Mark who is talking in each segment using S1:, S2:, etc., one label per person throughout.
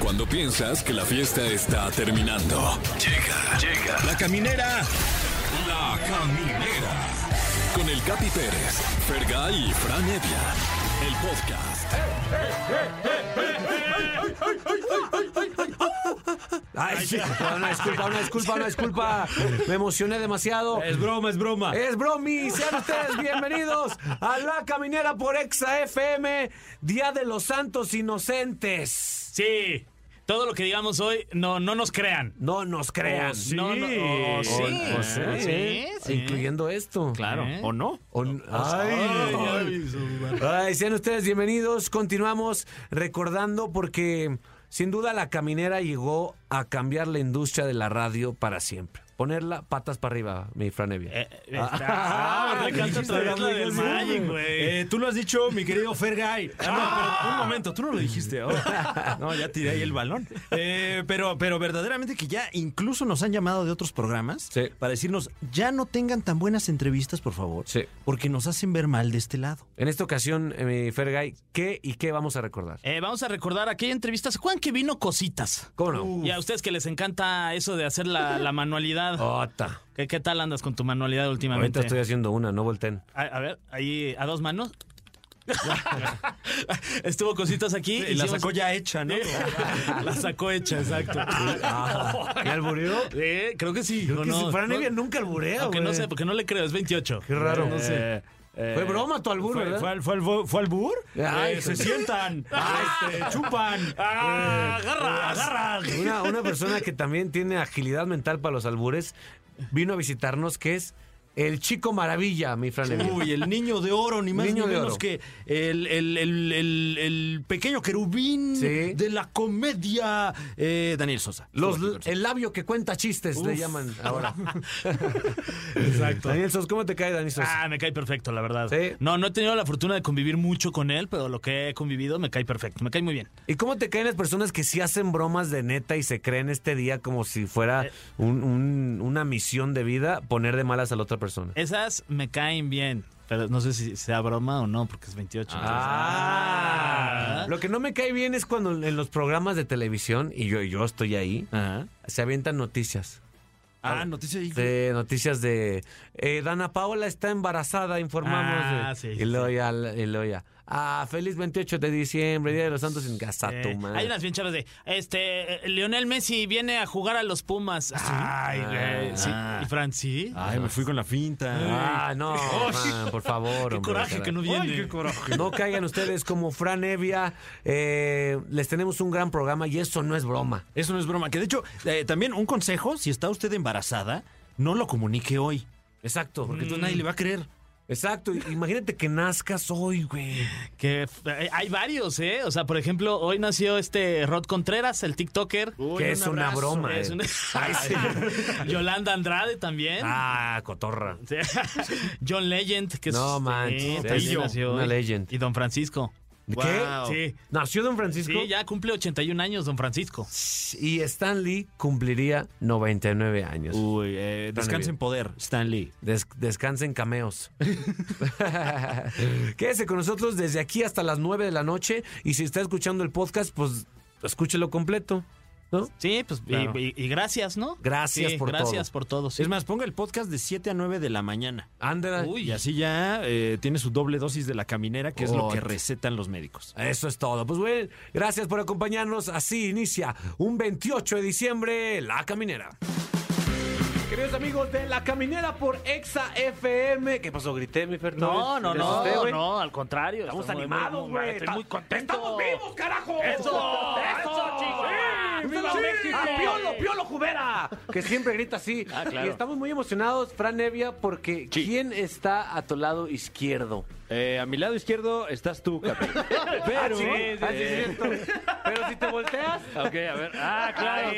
S1: Cuando piensas que la fiesta está terminando. Llega, llega. La caminera. La caminera. Con el Capi Pérez, Fergay y Fran Evia. El podcast.
S2: Ay, sí. una disculpa, una disculpa, una disculpa. Me emocioné demasiado.
S3: Es broma, es broma.
S2: Es bromi, sean ustedes bienvenidos a La Caminera por Exa FM, Día de los Santos Inocentes.
S3: Sí. Todo lo que digamos hoy, no, no nos crean.
S2: No nos crean.
S3: sí. No, no, oh, sí.
S2: O- o sí,
S3: Sí, sí. ¿Eh?
S2: Incluyendo esto.
S3: Claro. ¿O no?
S2: O- ay, ay. Ay, sean ustedes bienvenidos. Continuamos recordando porque sin duda la caminera llegó a cambiar la industria de la radio para siempre. Ponerla patas para arriba, mi Franevia.
S3: Eh, está. Ah, me encanta otra vez la del Magic, güey.
S4: Eh, tú lo has dicho, mi querido Fergay. Ah, no, pero un momento, tú no lo dijiste
S3: oh.
S4: ahora. No, ya tiré ahí el balón. Eh, pero, pero verdaderamente que ya incluso nos han llamado de otros programas
S2: Sí.
S4: para decirnos, ya no tengan tan buenas entrevistas, por favor,
S2: Sí.
S4: porque nos hacen ver mal de este lado.
S2: En esta ocasión, eh, mi Fergay, ¿qué y qué vamos a recordar?
S3: Eh, vamos a recordar aquella entrevista. ¿Se acuerdan que vino Cositas?
S2: ¿Cómo no?
S3: Y a ustedes que les encanta eso de hacer la, la manualidad.
S2: Ota.
S3: ¿Qué, qué tal andas con tu manualidad últimamente?
S2: Ahorita estoy haciendo una, no volteen.
S3: a, a ver, ahí a dos manos. Estuvo Cositas aquí.
S4: Y Eh, la
S3: hicimos-
S4: sacó ya hecha, ¿no?
S3: la sacó hecha, exacto.
S2: ¿Me alburió?
S3: Eh, creo que sí.
S2: Creo
S3: o
S2: que
S3: no.
S2: si Fran
S3: No-
S2: Evia nunca alburea,
S3: Aunque no
S2: güey.
S3: sé, porque no le creo, es Eh, 28.
S2: Qué raro.
S4: No sé.
S2: Fue broma tu albur,
S4: fue,
S2: ¿verdad?
S4: Fue, al- fue al bo- fue al bur.
S2: Ay,
S4: Eh, se
S2: hijo.
S4: sientan, este, chupan.
S3: Ah, agarras.
S2: Una, una persona que también tiene agilidad mental para los albures vino a visitarnos, que es el chico maravilla, mi Fran Evia.
S4: Uy, el niño de oro, ni más
S2: Niño
S4: ni
S2: de
S4: menos
S2: oro.
S4: que el, el- el- el- el pequeño querubín
S2: Sí.
S4: de la comedia eh, Daniel Sosa.
S2: Los,
S4: Estuvo aquí con
S2: el labio que cuenta chistes le
S4: Uf.
S2: llaman ahora. Exacto. Daniel Sos, ¿cómo te cae, Daniel Sos?
S3: Ah, me cae perfecto, la verdad.
S2: Sí.
S3: No, no he tenido la fortuna de convivir mucho con él, pero lo que he convivido me cae perfecto, me cae muy bien.
S2: ¿Y cómo te caen las personas que sí hacen bromas de neta y se creen este día como si fuera un- un- una misión de vida poner de malas a la otra persona?
S3: Esas me caen bien, pero no sé si sea broma o no, porque es 28.
S2: Ah.
S3: entonces-
S2: Lo que no me cae bien es cuando en los programas de televisión, y yo, yo estoy ahí, se avientan noticias.
S4: Ah, noticia ahí.
S2: De noticias de eh, Dana Paola está embarazada, informamos.
S3: Ah,
S2: eh,
S3: sí,
S2: y
S3: sí,
S2: luego ya, y luego ya, Ah, feliz 28 de diciembre, Día de los Santos en Casa,
S3: Eh,
S2: tu madre.
S3: hay unas bien chavas de, este, eh, Lionel Messi viene a jugar a los Pumas.
S2: ¿Ah,
S3: Ay, güey. sí. ¿Y Fran, sí?
S4: Ay, me fui con la finta.
S2: Ah, no, Fran, por favor.
S3: qué
S2: hombre,
S3: coraje
S2: caray.
S3: que no viene.
S2: No caigan ustedes como Fran Evia. eh, les tenemos un gran programa y eso no es broma.
S4: Eso no es broma. Que de hecho, eh, también un consejo, si está usted embarazada, no lo comunique hoy.
S2: Exacto.
S4: Porque entonces nadie le va a creer.
S2: Mm. Exacto. y- Imagínate que nazcas hoy, güey.
S3: Que f- hay- hay varios, ¿eh? O sea, por ejemplo, hoy nació este Rod Contreras, el TikToker.
S2: que es una broma.
S3: Es
S2: eh.
S3: una- Yolanda Andrade también.
S2: Ah, cotorra.
S3: Sí. John Legend, que
S2: No
S3: es
S2: manches,
S3: sí,
S2: sí,
S3: también
S2: sí,
S3: nació
S2: una
S3: hoy.
S2: legend.
S3: Y Don Francisco.
S2: ¿Qué?
S3: Sí.
S2: ¿Nació Don Francisco?
S3: Sí, ya cumple 81 años, Don Francisco.
S2: Y Stanley cumpliría 99 años.
S4: Uy, eh, descansa
S2: bien.
S4: en poder, Stanley.
S2: Des- descansen cameos. Quédese con nosotros desde aquí hasta las 9 de la noche. Y si está escuchando el podcast, pues escúchelo completo. ¿No?
S3: Sí, pues, y-
S4: Claro.
S3: y, y gracias, ¿no?
S2: Gracias
S3: Sí,
S2: por
S3: Gracias
S2: todo.
S3: por todo. sí.
S4: Es más, ponga el podcast de 7 a 9 de la mañana.
S2: Ándela.
S3: Uy.
S4: Y así ya eh, tiene su doble dosis de la caminera, que es lo que
S2: Ot.
S4: recetan los médicos.
S2: Eso es todo. Pues bueno, gracias por acompañarnos. Así inicia un 28 de diciembre La Caminera. Queridos amigos de La Caminera por Exa FM. ¿Qué pasó? ¿Grité, mi Fer?
S3: No, no,
S2: ¿Grité
S3: no,
S2: usted, güey?
S3: no, al contrario.
S2: Estamos
S3: muy-
S2: animados,
S3: muy-
S2: güey.
S3: Estoy muy contento.
S2: ¡Estamos vivos, carajo!
S3: ¡Eso! ¡Eso, chicos!
S2: ¡Sí!
S3: ¡Viva
S2: ¡Ah! ¡Sí!
S3: México!
S2: ¡A Piolo, Piolo Jubera! Que siempre grita así.
S3: Ah, claro.
S2: Y estamos muy emocionados, Fran Nevia, porque ¿quién está a tu lado izquierdo?
S4: Eh, a mi lado izquierdo estás tú, Capi.
S2: Pero, Ah, sí, es cierto. Pero si te volteas,
S4: Ok, a ver. Ah, claro,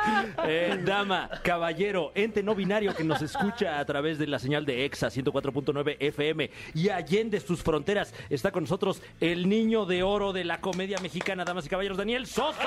S5: Eh, dama, caballero, ente no binario que nos escucha a través de la señal de EXA 104.9 FM y allende sus fronteras, está con nosotros el niño de oro de la comedia mexicana, damas y caballeros, Daniel Sosa.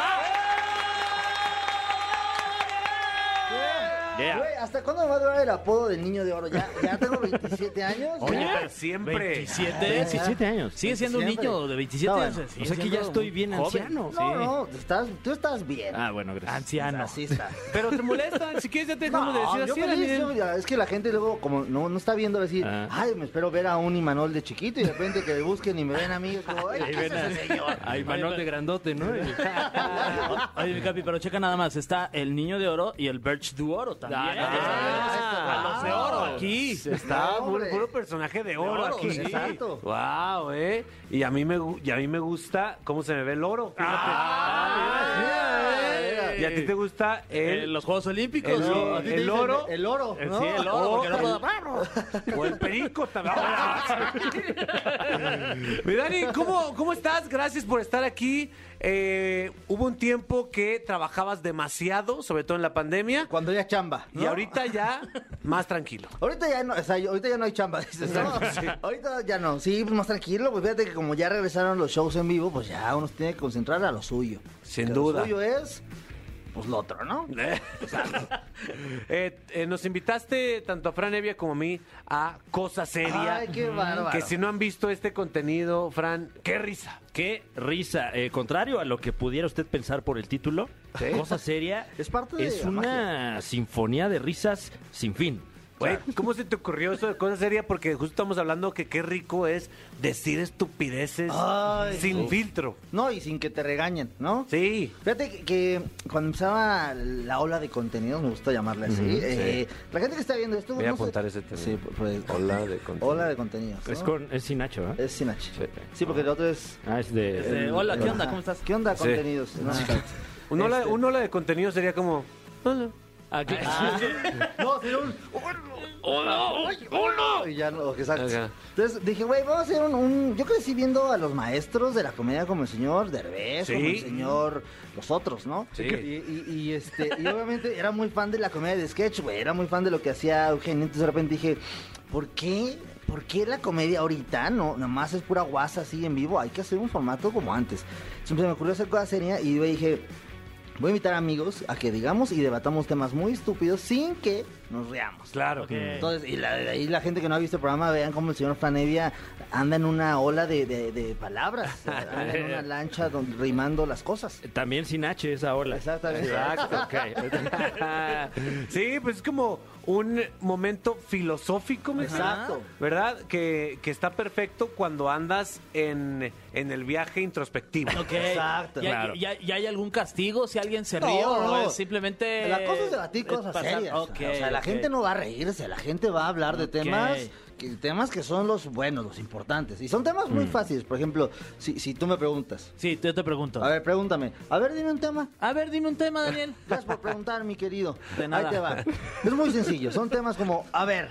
S4: Yeah.
S6: Güey, ¿hasta cuándo me va a durar el apodo del niño de oro? Ya, ya tengo 27 años.
S2: Oye, siempre.
S3: 27.
S6: Sí,
S4: 17 años.
S3: Sigue siendo un
S6: Siempre.
S3: niño de 27
S6: No,
S3: años.
S6: bueno.
S4: O sea que ya estoy bien
S3: pues
S4: anciano.
S6: No, no, estás, tú estás bien.
S4: Ah, bueno, gracias.
S3: Anciano.
S6: Así está.
S7: Pero te molesta, si quieres ya te dejamos de decir
S6: yo
S7: así,
S6: feliz,
S7: Daniel.
S6: yo- ya, es que la gente luego como no, no está viendo decir,
S4: Ah.
S6: ay, me espero ver a un Imanol de chiquito y de repente que me busquen y me ven a mí, es como, ay,
S4: Ahí
S6: ¿qué es
S4: ven a-
S6: ese señor?
S4: Ay, Manol de grandote, ¿no?
S3: Oye, mi Capi, pero checa nada más. Está el niño de oro y el Birch du Oro también.
S4: Ah,
S3: Ah, a los de oro aquí.
S2: Está
S6: No,
S2: puro,
S6: hombre.
S2: puro personaje de oro,
S6: eh. oro,
S2: aquí.
S6: sí, exacto.
S2: Wow, eh. Y a mí me gu- y a mí me gusta cómo se me ve el oro. fíjate. Ah, eh.
S3: Ah,
S2: y a ti te gusta
S3: Eh,
S2: el,
S3: los Juegos Olímpicos.
S2: el-
S3: ¿no?
S2: el oro
S6: El oro, ¿no?
S3: Sí, el oro, porque no puedo-
S2: o el perico también. Mi Dani, ¿cómo, ¿cómo estás? Gracias por estar aquí. Eh, hubo un tiempo que trabajabas demasiado, sobre todo en la pandemia,
S6: Cuando ya chamba.
S2: y
S6: ¿no?
S2: ahorita ya más tranquilo.
S6: Ahorita ya no, o sea, ahorita ya no hay chamba, dices, ¿no? Ahorita ya no. Sí, pues más tranquilo, pues fíjate que como ya regresaron los shows en vivo, pues ya uno se tiene que concentrar a lo suyo.
S2: Sin
S6: Que
S2: duda.
S6: Lo suyo es, pues lo otro, ¿no?
S2: Eh, eh, nos invitaste tanto a Fran Evia como a mí a Cosa Seria.
S6: Ay, qué bárbaro.
S2: Que si no han visto este contenido, Fran, qué risa.
S4: Qué risa. Eh, contrario a lo que pudiera usted pensar por el título, cosa seria.
S6: Es parte de
S4: Es
S6: la
S4: una sinfonía de risas sin fin.
S2: Güey, ¿cómo se te ocurrió eso de Cosa Seria? Porque justo estamos hablando que qué rico es decir estupideces
S6: Ay,
S2: sin
S6: sí.
S2: filtro.
S6: No, y sin que te regañen, ¿no?
S2: Sí.
S6: Fíjate que, que cuando empezaba la ola de contenidos, me gusta llamarle así, eh, la gente que está viendo esto...
S2: Voy a
S6: no sé-
S2: apuntar ese término.
S6: Sí, pues,
S2: Ola de contenidos.
S6: Ola de contenidos.
S4: Es
S6: ¿no?
S4: con es sin Nacho, ¿eh?
S6: Es sin H.
S4: Sí.
S6: Sí, porque el otro es...
S4: Ah, es de.
S3: Es de- hola, ¿qué onda?
S6: Ajá.
S3: ¿Cómo estás?
S6: ¿Qué onda contenidos? No,
S2: Un ola,
S6: Este-
S2: un ola de contenido sería como... Hola.
S4: Ah, ¿qué-
S6: No, sino un. ¡Hola! Y ya no, exacto.
S2: Ajá.
S6: Entonces dije, güey, vamos a hacer un, un- Yo crecí viendo a los maestros de la comedia como el señor Derbez, como
S2: Sí.
S6: el señor. Los otros, ¿no?
S2: Sí.
S6: Y, y- y, este, y obviamente era muy fan de la comedia de sketch, güey. Era muy fan de lo que hacía Eugenio. Entonces de repente dije, ¿por qué? ¿Por qué la comedia ahorita no nomás es pura guasa así en vivo? Hay que hacer un formato como antes. Siempre me ocurrió hacer cosas serias y yo dije, Voy a invitar a amigos a que digamos y debatamos temas muy estúpidos sin que nos reamos.
S2: Claro.
S6: Entonces, y la, ahí la gente que no ha visto el programa, vean cómo el señor Franevia anda en una ola de, de- de palabras, anda en una lancha donde, rimando las cosas.
S4: También sin H esa ola.
S6: Exactamente.
S4: Exacto, ok.
S2: sí, pues es como un momento filosófico, ¿me
S6: Exacto.
S2: entiendes? ¿Verdad? Que, que está perfecto cuando andas en, en el viaje introspectivo.
S3: Ok.
S6: Exacto.
S3: ¿Y hay,
S4: Claro.
S3: y hay- y hay algún castigo si alguien se
S6: No,
S3: ríe o
S6: no.
S3: es simplemente.
S6: La cosa es debatir
S3: eh,
S6: cosas
S3: pasar-
S6: serias.
S3: Ok,
S6: o sea, la
S3: ok.
S6: gente no va a reírse, la gente va a hablar de
S3: Ok.
S6: temas que, temas que son los buenos, los importantes. Y son temas
S3: Mm.
S6: muy fáciles. Por ejemplo, si, si tú me preguntas,
S3: Sí, yo te pregunto.
S6: a ver, pregúntame, a ver, dime un tema.
S3: A ver, dime un tema, Daniel.
S6: Gracias por preguntar, mi querido.
S3: De nada.
S6: Ahí te va. Es muy sencillo. Son temas como, a ver,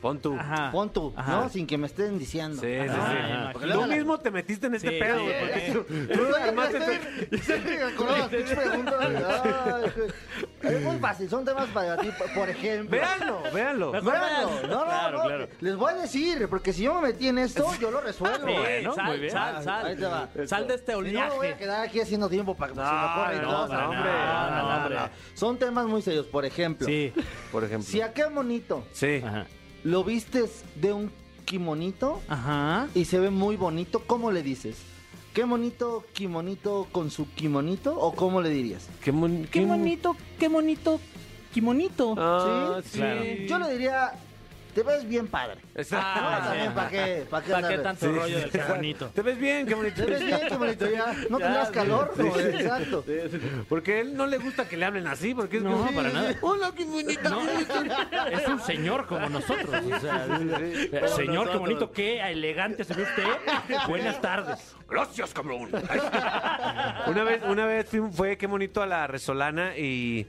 S2: Pon tú.
S3: Ajá.
S6: pon tú,
S3: Ah. Ajá.
S6: ¿no? Sin que me estén diciendo.
S2: Sí, sí, sí.
S3: Ah,
S2: Porque
S6: imagínate.
S2: Tú mismo te metiste en este
S3: Sí,
S2: pedo,
S3: sí,
S2: güey, porque
S3: sí.
S2: tú- tú
S6: Pero
S2: lo
S6: oye,
S2: armaste,
S6: estoy-
S2: tú-
S3: este-
S6: estoy con las pinches preguntas. Ay, Es muy fácil, son temas para ti, por ejemplo.
S2: Véanlo, véanlo.
S3: Mejor
S6: Véanlo.
S3: véanlo.
S6: No, no,
S4: Claro,
S6: no.
S4: claro.
S6: Les voy a decir, porque si yo me metí en esto, yo lo resuelvo. ¿eh?
S3: Sí,
S4: Bueno,
S3: sal,
S4: muy bien.
S3: sal, sal.
S6: Ahí te va.
S3: Sal de este
S6: Si no, me voy a
S3: oleaje.
S6: quedar aquí haciendo tiempo para que se me ocurra y
S2: no,
S6: todo.
S2: no, no, hombre.
S3: No, no, hombre.
S6: Son temas muy serios, por ejemplo.
S3: Sí.
S2: Por ejemplo.
S6: Si aquel monito
S2: Sí.
S4: Ajá.
S6: lo vistes de un kimonito
S3: Ajá.
S6: y se ve muy bonito, ¿cómo le dices? ¿Qué monito kimonito con su kimonito o cómo le dirías?
S2: Qué, mon- qué-
S3: qué bonito, qué bonito.
S2: Ah,
S6: ¿Sí?
S2: sí.
S4: Claro.
S6: Yo le diría, te ves bien padre.
S2: Exacto.
S3: Ah,
S6: No, también,
S3: sí.
S6: ¿Para qué? ¿Para qué,
S3: ¿Para
S6: andar?
S3: qué tanto rollo del qué bonito?
S2: Te ves bien, qué bonito.
S6: Te ves bien, kimonito, ya. No tendrás calor, ¿no? exacto.
S2: Porque a él no le gusta que le hablen así, porque es
S4: No,
S2: como-
S4: para
S2: Sí,
S4: nada.
S2: Hola, qué bonito.
S4: Es un señor como nosotros. o sea, eh, señor, qué bonito, qué elegante se ve usted. Buenas tardes.
S2: Gracias, cabrón. una vez, una vez fui- fue qué bonito a la Resolana y,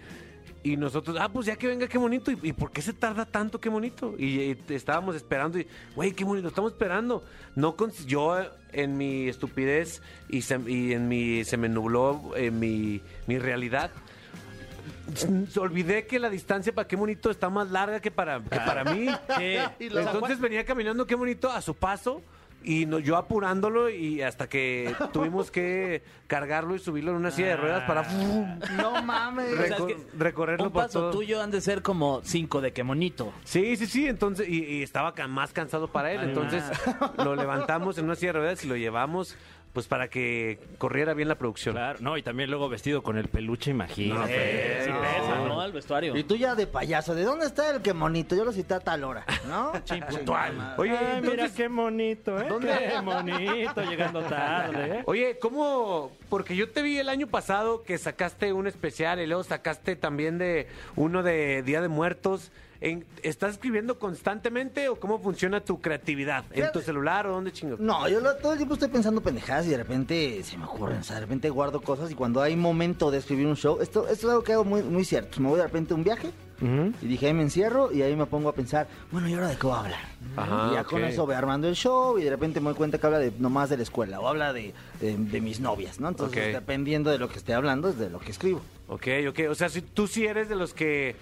S2: y nosotros, ah, pues ya que venga, qué bonito. ¿Y, y por qué se tarda tanto, qué bonito? Y, eh, estábamos esperando y, güey, qué bonito, estamos esperando. No cons- yo eh, en mi estupidez y, se- y en mi se me nubló eh, mi, mi realidad. s- Olvidé que la distancia para qué bonito está más larga que para, que para mí.
S3: Sí.
S6: Y los
S2: Entonces venía caminando qué bonito a su paso Y no- yo apurándolo y hasta que tuvimos que cargarlo y subirlo en una silla de ruedas para
S6: Ah. No mames.
S2: Re-
S3: sea, es
S2: recor- recorrerlo
S3: un
S2: por
S3: paso
S2: todo.
S3: tuyo han de ser como cinco de que monito.
S2: Sí, sí, sí, entonces, y, y estaba ca- más cansado para él, entonces lo levantamos en una silla de ruedas y lo llevamos, pues para que corriera bien la producción.
S8: Claro, no, y también luego vestido con el peluche, imagínate.
S3: Sí, pesa, ¿no? Al vestuario.
S6: Y tú ya de payaso, ¿de dónde está el que monito? Yo lo cité a tal hora, ¿no? Ah,
S2: Oye,
S8: Ay, mira
S2: entonces,
S8: qué bonito, ¿eh?
S2: ¿Dónde?
S8: Qué bonito, llegando tarde, ¿eh?
S2: oye, ¿cómo? Porque yo te vi el año pasado que sacaste un especial y luego sacaste también de uno de Día de Muertos. En- ¿Estás escribiendo constantemente o cómo funciona tu creatividad? ¿En tu
S6: Fíjate-
S2: celular o dónde chingo?
S6: No, yo lo- todo el tiempo estoy pensando pendejadas y de repente se me ocurren, o sea, de repente guardo cosas y cuando hay momento de escribir un show, esto, esto es algo que hago muy, muy cierto. Me voy de repente a un viaje y dije, ahí me encierro y ahí me pongo a pensar, bueno, ¿y ahora de qué voy a hablar?
S2: Ajá,
S6: y ya con
S2: ok.
S6: eso voy armando el show y de repente me doy cuenta que habla de, nomás de la escuela o habla de, de- de mis novias, ¿no? Entonces,
S2: Ok.
S6: dependiendo de lo que esté hablando, es de lo que escribo.
S2: Ok, ok. O sea, si tú sí eres de los que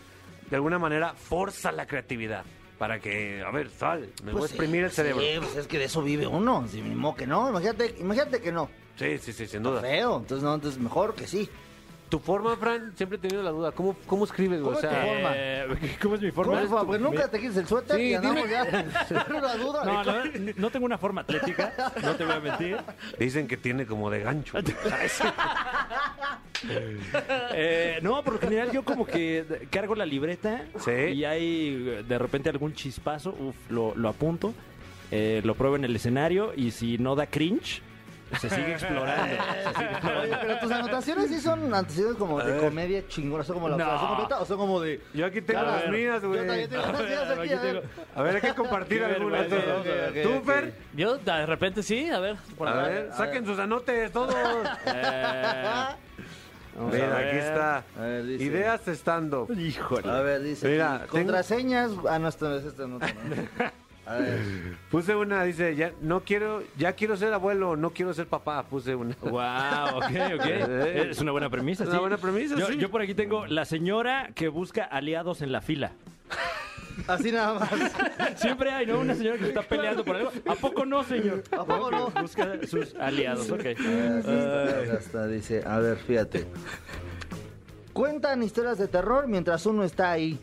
S2: de alguna manera forza la creatividad para que, a ver, sal, me voy a
S6: Pues sí,
S2: exprimir el
S6: sí,
S2: cerebro.
S6: pues es que de eso vive uno, si ni modo que no, imagínate, imagínate que no.
S2: Sí, sí, sí, sin duda.
S6: Feo, entonces no, entonces mejor que sí.
S2: Tu forma, Fran, siempre he tenido la duda. ¿Cómo, cómo escribes, güey?
S6: ¿Cómo
S2: O sea,
S6: te- Forma.
S8: Eh, ¿Cómo es mi forma?
S6: ¿Cómo es, papá? Pues nunca te quites el suéter
S2: Sí,
S6: y andamos
S2: dime.
S6: ya. No la duda.
S8: No, la verdad, no tengo una forma atlética, no te voy a mentir.
S2: dicen que tiene como de gancho.
S8: Eh, no, por lo general yo como que cargo la libreta
S2: Sí.
S8: y hay eh, de repente algún chispazo, uf, lo, lo apunto, eh, lo pruebo en el escenario y si no da cringe, se sigue explorando. se sigue
S6: Oye,
S8: explorando.
S6: pero tus anotaciones sí son anotaciones como de comedia chingona, son como la operación completa o son como de.
S2: Yo aquí tengo
S6: A
S2: las
S6: ver,
S2: mías,
S6: Yo
S2: güey.
S6: también tengo unas ideas
S8: ver,
S6: aquí,
S8: aquí
S6: a ver.
S8: tengo-
S2: A ver, hay que compartir
S8: Qué
S2: algunas.
S8: vergüenza,
S2: ¿Tú,
S8: vamos a ver.
S2: ¿Tú, Fer?
S3: Yo de repente sí, a ver. por
S2: A
S3: acá.
S2: ver, saquen sus anotes todos.
S8: Eh, vamos a
S2: Mira,
S8: ver.
S2: aquí está.
S6: A ver, dice.
S2: Ideas estando.
S8: Híjole.
S6: A ver, dice.
S2: Mira,
S6: aquí,
S2: tengo-
S6: Contraseñas. Ah, no, esta no es esta nota. ¿no? A ver.
S2: Puse una, dice, ya no quiero, ya quiero ser abuelo, no quiero ser papá. Puse una.
S8: Wow, ok, ok.
S2: Eh.
S8: Es una buena premisa.
S2: Es una
S8: sí.
S2: buena premisa,
S8: Yo,
S2: sí.
S8: yo por aquí tengo la señora que busca aliados en la fila.
S6: Así nada más.
S8: Siempre hay, ¿no? Una señora que se está peleando por algo. ¿A poco no, señor?
S6: ¿A poco no?
S8: Busca sus aliados, ok.
S6: Hasta dice, a ver, fíjate. Cuentan historias de terror mientras uno está ahí.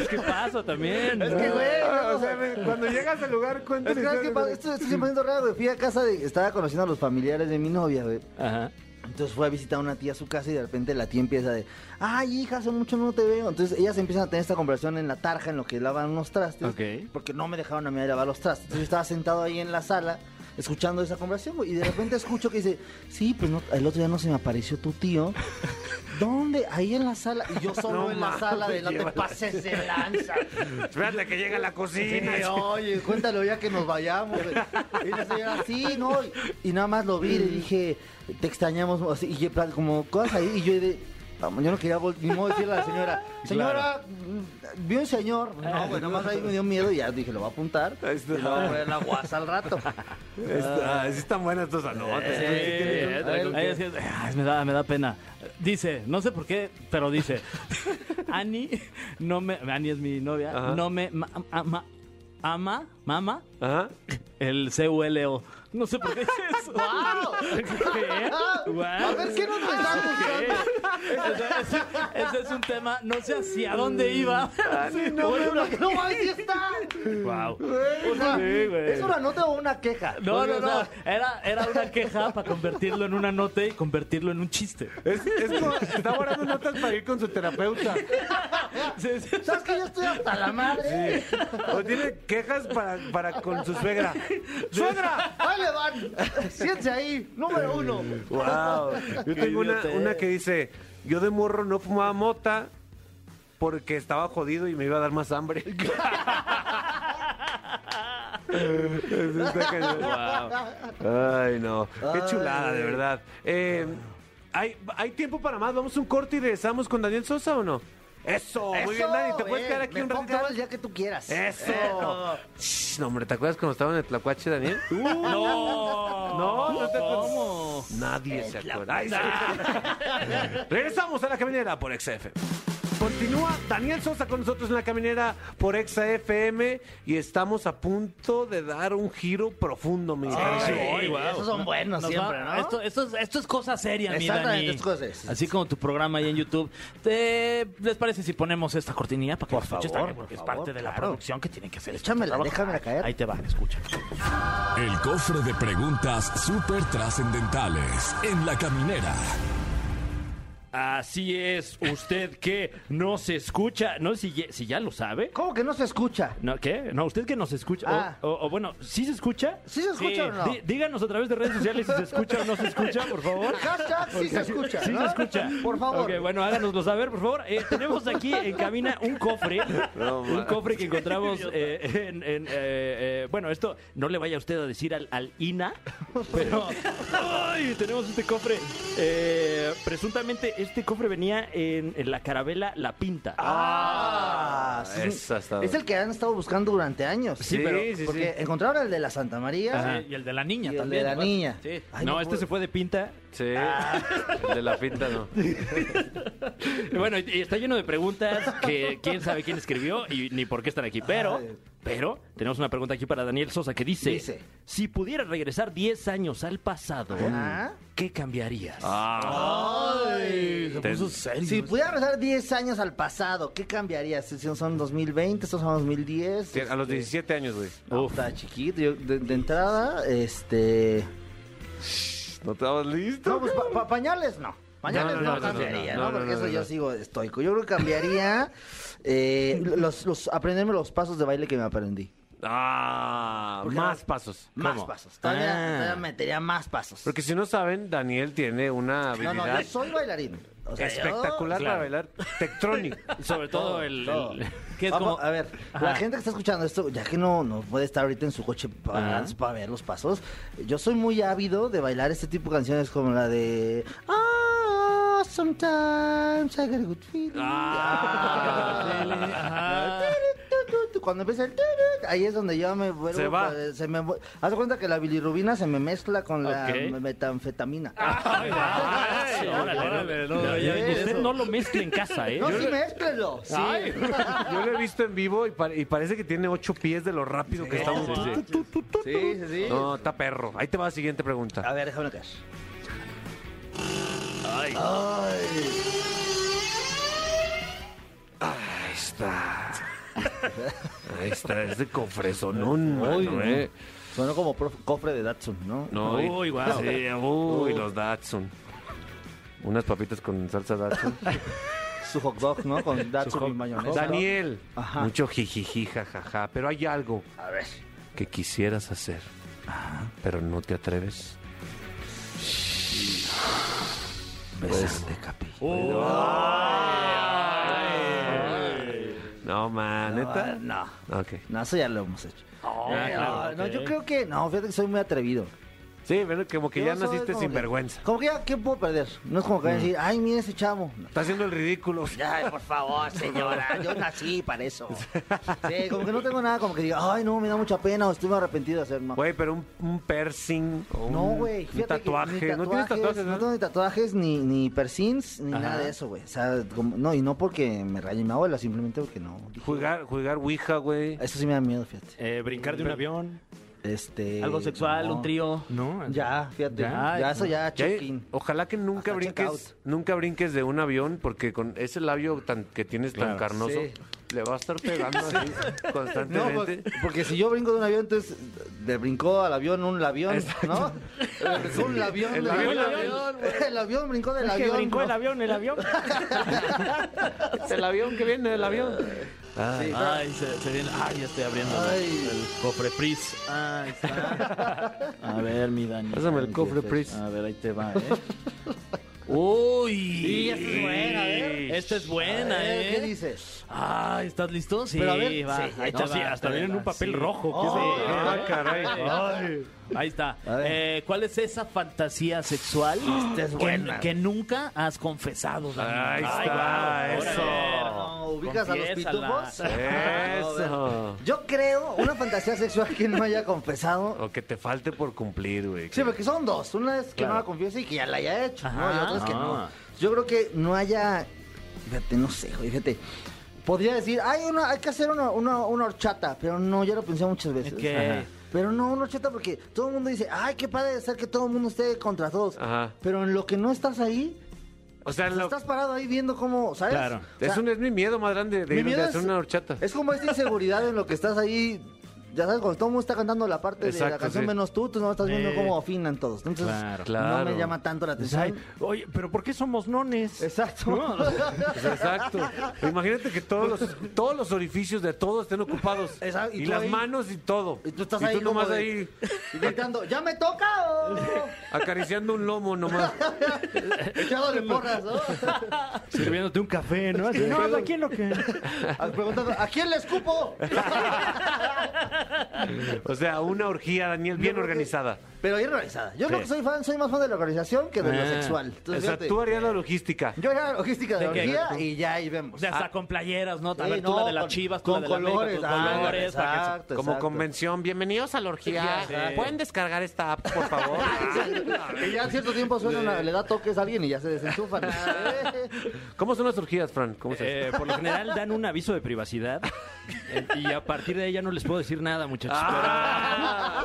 S8: Es que pasa también.
S6: Es que, güey,
S2: Ah, O
S6: no,
S2: sea, me- cuando llegas al lugar,
S6: Es
S2: cuéntale.
S6: que, ¿sabes qué pasa? Esto, esto siempre es raro, güey. Fui a casa de. Estaba conociendo a los familiares de mi novia, güey.
S8: Ajá.
S6: Entonces fue a visitar a una tía a su casa y de repente la tía empieza de, ay hija, hace mucho no te veo. Entonces ellas empiezan a tener esta conversación en la tarja en lo que lavan unos trastes.
S8: Ok.
S6: Porque no me dejaron a mí lavar los trastes. Entonces yo estaba sentado ahí en la sala escuchando esa conversación güey, y de repente escucho que dice, sí, pues no, el otro día no se me apareció tu tío. ¿Dónde? Ahí en la sala. Y yo solo
S2: No
S6: en la
S2: mames,
S6: sala de no te
S2: llévala".
S6: pases de lanza.
S2: Espérate que llega a la cocina.
S6: Sí, oye, cuéntalo ya que nos vayamos. güey. Y la señora, sí, no. Y nada más lo vi y le dije, te extrañamos. Así, y yo, plan, como cosas ahí. Y yo de, vamos, yo no quería vol- ni modo decirle a la señora, señora, mm, vi un señor. No, güey, nada más ahí me dio miedo y ya dije, lo voy a apuntar.
S2: Ahí está.
S6: Y lo voy a poner en la guasa al rato.
S2: Está- sí están buenas tus anotas.
S6: Eh,
S3: Eh,
S6: A ver,
S3: ahí es que- ay, me, da, me da pena. Dice, no sé por qué, pero dice: Ani, no me. Ani es mi novia.
S2: Ajá.
S3: No me. ma- ama, ama, mama,
S2: Ajá.
S3: el CULO. No sé por qué dice eso.
S6: ¡Wow! A ver, ¿qué nos están buscando?
S3: Ese, ese es un tema, no sé hacia dónde iba.
S6: No, no, no, no, ahí está.
S8: Wow.
S6: O sea, ¿Es una nota o una queja?
S3: No,
S6: Porque,
S3: no,
S6: o sea,
S3: no. Era, era una queja para convertirlo en una nota y convertirlo en un chiste.
S2: Es, es como, está guardando notas para ir con su terapeuta.
S3: Sí, sí.
S6: ¿Sabes que yo estoy hasta la madre?
S2: O tiene quejas para, para con su suegra.
S6: ¡Suegra! ¡Ahí le van! Siéntese ahí, número uno.
S2: Wow. Yo tengo una, una que dice, yo de morro no fumaba mota porque estaba jodido y me iba a dar más hambre. Eso está cañón. Ay, no. Qué chulada, de verdad. Eh, ¿hay, ¿Hay tiempo para más? ¿Vamos a un corte y regresamos con Daniel Sosa o no? Eso, muy bien, Dani. ¿Te puedes
S6: eh,
S2: quedar aquí
S6: me
S2: un
S6: puedo
S2: ratito
S6: quedar
S2: más?
S6: el día que tú quieras.
S2: Eso.
S6: Eh,
S2: Shh, no, hombre, ¿te acuerdas cuando estaba en el Tlacuache, Daniel?
S3: No.
S2: No, no te acuerdas.
S3: ¿Cómo?
S2: Nadie se acuerda. Ay, sí. Regresamos a la caminera por XF.
S9: Continúa Daniel Sosa con nosotros en la caminera por Exa FM y estamos a punto de dar un giro profundo, mi querido.
S6: Ay, Esos son buenos
S3: Nos
S6: siempre,
S3: va-
S6: ¿no?
S3: Esto, esto es, esto es cosa seria, mi
S6: Exactamente,
S3: Dani.
S6: es cosa seria.
S3: Así como tu programa ahí en YouTube. ¿Te- ¿Les parece si ponemos esta cortinilla para que
S6: Por
S3: la escuches
S6: favor,
S3: también? Porque
S6: por
S3: es
S6: favor,
S3: parte de la
S6: claro.
S3: producción que tienen que hacer. este
S6: Échamela,
S3: trabajo.
S6: déjamela caer.
S3: Ahí te va, escucha.
S1: El cofre de preguntas súper trascendentales en la caminera.
S8: Así es, usted que nos escucha, no sé si, ye- si ya lo sabe.
S6: ¿Cómo que no se escucha?
S8: No, ¿Qué? No, usted que nos escucha. o-
S6: Ah.
S8: O, o bueno, ¿sí se escucha?
S6: ¿Sí se escucha o no?
S8: Dí- díganos a través de redes sociales si se escucha o no se escucha, por favor.
S6: Hashtag sí se escucha.
S8: Sí
S6: ¿no?
S8: se escucha.
S6: Por favor.
S8: Ok, bueno, háganoslo saber, por favor. Eh, tenemos aquí en cabina un cofre. un cofre que encontramos eh, en. en, eh, eh, bueno, esto no le vaya usted a decir al, al INA, pero. ¡Ay! Tenemos este cofre. eh, presuntamente, este cofre venía en, en la carabela La Pinta.
S6: Ah, sí, es,
S2: esa está-
S6: el que han estado buscando durante años.
S8: Sí, pero-
S6: sí, porque encontraron el de la Santa María
S8: Ajá.
S6: y
S3: Ah, Y el de la niña
S6: el
S3: también.
S6: de la
S3: ¿verdad?
S6: niña.
S3: Sí.
S6: Ay,
S8: no,
S6: no
S8: este
S6: puedo-
S8: se fue de pinta.
S2: Sí. El de la pinta no.
S8: Y Bueno, y- y está lleno de preguntas que quién sabe quién escribió y ni por qué están aquí. Pero,
S6: Ay.
S8: pero, tenemos una pregunta aquí para Daniel Sosa que dice,
S6: Dice.
S8: si pudieras regresar 10 años al pasado,
S6: Ajá.
S8: ¿qué cambiarías?
S2: Ah.
S6: Ay, se
S2: Ten-
S6: puso serio. Si pudiera regresar 10 años al pasado, ¿qué cambiaría? Si si son 2020, estos son 2010.
S2: Sí, ah, A los 17 años, güey.
S6: No, Está chiquito. Yo, de, de entrada, este.
S2: ¿No estabas listo?
S6: No, pues pa- pa- pañales no. Pañales
S2: No,
S6: no,
S2: no, no, no,
S6: cambiaría,
S2: no, no,
S6: ¿no?
S2: no,
S6: Porque
S2: no,
S6: eso
S2: no,
S6: yo
S2: no.
S6: sigo estoico. Yo creo que cambiaría eh, los, los, aprenderme los pasos de baile que me aprendí.
S2: Ah,
S6: Porque
S2: más
S6: era-
S2: pasos.
S6: Más
S2: ¿Cómo? Ah.
S6: pasos. Todavía, todavía metería más pasos.
S2: Porque si no saben, Daniel tiene una
S6: No,
S2: habilidad
S6: no, yo soy bailarín. O sea, yo-
S2: espectacular para
S8: Claro.
S2: bailar Tectronic.
S8: Sobre todo el...
S6: todo.
S8: el-
S3: Que es
S6: Vamos,
S3: como-
S6: A ver, la gente que está escuchando esto, ya que no, no puede estar ahorita en su coche para,
S8: Ajá.
S6: para ver los pasos, yo soy muy ávido de bailar este tipo de canciones como la de... Ah, sometimes I get a good feeling.
S8: Ah.
S6: Cuando empieza el... tu, tu, Ahí es donde yo me vuelvo...
S2: Se va.
S6: pues, se me vu- Haz de cuenta que la bilirrubina se me mezcla con la
S8: Ok. Ah,
S6: metanfetamina.
S8: Ay, ay, órale, órale, no, ya-
S6: ya,
S8: Usted
S6: eso.
S8: no lo mezcle en casa, ¿eh?
S6: No, sí, mezclenlo. Sí.
S8: Ay.
S2: Yo lo he visto en vivo y, pa- y parece que tiene ocho pies de lo rápido que está.
S8: sí, sí.
S2: Tu, tu, tu, tu, tu.
S6: Sí, sí, sí.
S2: No, está perro. Ahí te va la siguiente pregunta.
S6: A ver, déjame caer.
S2: Ahí está, es de cofresonón, mano, ¿eh?
S6: Sonó como prof- cofre de Datsun, ¿no?
S2: No, y-
S8: Uy, guau.
S2: sí, uy, los Datsun. Unas papitas con salsa Datsun.
S6: Su hot dog, ¿no? Con Datsun y mayonesa.
S2: Daniel,
S6: Ajá.
S2: mucho jijiji, jajaja, pero hay algo
S6: A ver.
S2: que quisieras hacer, pero no te atreves. Pues,
S6: Besarte, Capi.
S2: uh. No, man,
S6: Ah,
S2: neta.
S6: No.
S2: Ok.
S6: No, eso ya lo hemos hecho. Eh, no, no, yo creo que. No, fíjate que soy muy atrevido.
S2: Sí, pero como que
S6: Yo
S2: ya
S6: soy
S2: naciste
S6: como
S2: sin
S6: que-
S2: vergüenza. Mm.
S6: Como que ya, ¿qué puedo perder? No es como que van a decir, ay, mira ese chavo. No.
S2: Está haciendo el ridículo.
S6: Ay, por favor, señora, yo nací para eso. Sí, como que no tengo nada, como que diga, ay, no, me da mucha pena o estoy muy arrepentido de hacerlo.
S2: Güey, pero un, un piercing. o
S6: No,
S2: un-
S6: güey.
S2: Un
S6: fíjate que
S2: tatuaje.
S6: ni
S2: no tienes tatuajes,
S6: No
S2: ¿no?
S6: tengo ni tatuajes, ni, ni persins, ni nada de eso, güey. O sea, como- no, y no porque me raye mi abuela, simplemente porque no.
S2: Jugar, jugar Ouija, güey.
S6: Eso sí me da miedo, fíjate.
S8: Eh, brincar de un avión.
S6: Este.
S3: Algo sexual,
S6: no.
S3: un trío.
S8: No,
S6: Ya, fíjate.
S8: Ya.
S6: Ya, eso ya,
S2: Ya,
S6: check-in.
S2: Ojalá que nunca
S6: Hasta
S2: brinques,
S6: check-out.
S2: nunca brinques de un avión, porque con ese labio tan, que tienes tan carnoso, le va a estar pegando así
S6: No, por-
S2: constantemente.
S6: pues, porque, si yo brinco de un avión, entonces le brincó al avión un lavión, ¿no? Eh, un lavión.
S2: El
S6: le
S2: avión,
S6: brincó el
S2: el
S6: avión, güey. El avión brincó del
S8: que
S6: avión.
S8: brincó
S6: ¿no?
S8: el avión, el avión.
S2: El avión que viene, el avión. Ah,
S6: Sí, pero-
S3: Ay, se, se viene. Ay, ya estoy abriendo ¿no?
S6: Ay.
S3: el cofre Pris. Ahí Ah, está. A ver, mi Dani.
S2: Pásame el cofre, Pris.
S3: A ver, ahí te va, ¿eh? Uy.
S6: esta es buena, a ver.
S3: Esta es buena,
S6: Eh,
S3: ¿eh?
S6: ¿Qué dices?
S3: Ah, ¿estás listo? Sí,
S6: Pero a ver,
S3: va.
S6: sí,
S3: ahí te
S6: no,
S3: va,
S8: Sí, hasta
S3: te
S8: viene en
S3: va,
S8: un papel
S3: sí.
S8: rojo. ¿qué
S6: Oh.
S8: es eso?
S2: Ah, caray.
S3: Ahí está.
S6: A ver.
S3: Eh, ¿Cuál es esa fantasía sexual
S6: es
S3: que,
S6: buena.
S3: que nunca has confesado, Dani?
S2: Ahí está,
S3: órale.
S2: eso.
S6: No, ubicas a los
S3: Confiésala.
S6: pitufos.
S2: Eso.
S6: Yo creo una fantasía sexual que no haya confesado.
S2: O que te falte por cumplir, güey.
S6: Sí, porque son dos. Una es que no la confiese y que ya la haya hecho, ¿no? Y
S3: Ajá.
S6: otra es que no.
S8: Ah.
S6: Yo creo que no haya Fíjate, no sé, güey, fíjate. Podría decir, hay, una, hay que hacer una, una- una horchata, pero no, ya lo pensé muchas veces.
S10: Ok.
S6: Ajá. Pero no, una horchata porque todo el mundo dice, ay, qué padre de ser que todo el mundo esté contra todos.
S2: Ajá.
S6: Pero en lo que no estás ahí, pues
S2: O sea, lo-
S6: estás parado ahí viendo cómo, ¿sabes?
S2: Claro.
S6: O sea,
S2: es, un- es mi miedo más grande de,
S6: mi
S2: ir- de
S6: miedo
S2: hacer una horchata.
S6: Es como esta inseguridad en lo que estás ahí. Ya sabes, cuando todo el mundo está cantando la parte de la
S2: Exacto,
S6: canción
S2: sí.
S6: menos tú, tú no estás viendo
S4: Eh.
S6: cómo afinan todos. Entonces,
S4: Claro.
S6: no
S2: Claro.
S6: me llama tanto la
S4: Dices, ay,
S6: atención.
S4: oye, pero ¿por qué somos nones?
S6: Exacto.
S2: Pues exacto. Imagínate que todos los, todos los orificios de todos estén ocupados.
S6: Exacto, y
S2: Y,
S6: tú
S2: las
S6: ahí-
S2: manos y todo.
S6: Y tú estás
S2: y
S6: ahí
S2: tú nomás
S6: como de-
S2: ahí
S6: Y gritando, ¡ya me toca! o-
S2: acariciando un lomo nomás.
S6: Echándole porras, ¿no?
S4: Sirviéndote un café, ¿no? Así, no, ¿a quién lo que?
S6: Ah, Preguntando, ¿a quién le escupo?
S2: O sea, una orgía, Daniel, bien
S6: creo que-
S2: organizada.
S6: Pero bien realizada. Yo creo que soy fan, soy más fan de la organización que de lo sexual. Entonces,
S2: Ah. o sea,
S6: fíjate,
S2: tú harías la logística.
S6: Yo era logística de,
S10: ¿De
S6: la
S10: qué?
S6: orgía y ya ahí vemos.
S10: De hasta con playeras, ¿no? A ver, tú
S6: Ah. eh, no,
S10: la de las
S6: con-
S10: chivas, tú
S6: con
S10: la de la
S6: colores,
S10: América, tus
S6: ah,
S10: colores. para que-
S6: exacto,
S2: Como
S6: exacto.
S2: convención, bienvenidos a la orgía. ¿Pueden descargar esta app, por favor?
S6: Y ya a cierto tiempo suena, una- le da toques a alguien y ya se desenchufan. Eh,
S2: ¿Cómo son las orgías, Fran? ¿Cómo se
S4: Eh, por lo general dan un aviso de privacidad eh, y a partir de ahí ya no les puedo decir nada, muchachos.
S3: Ah,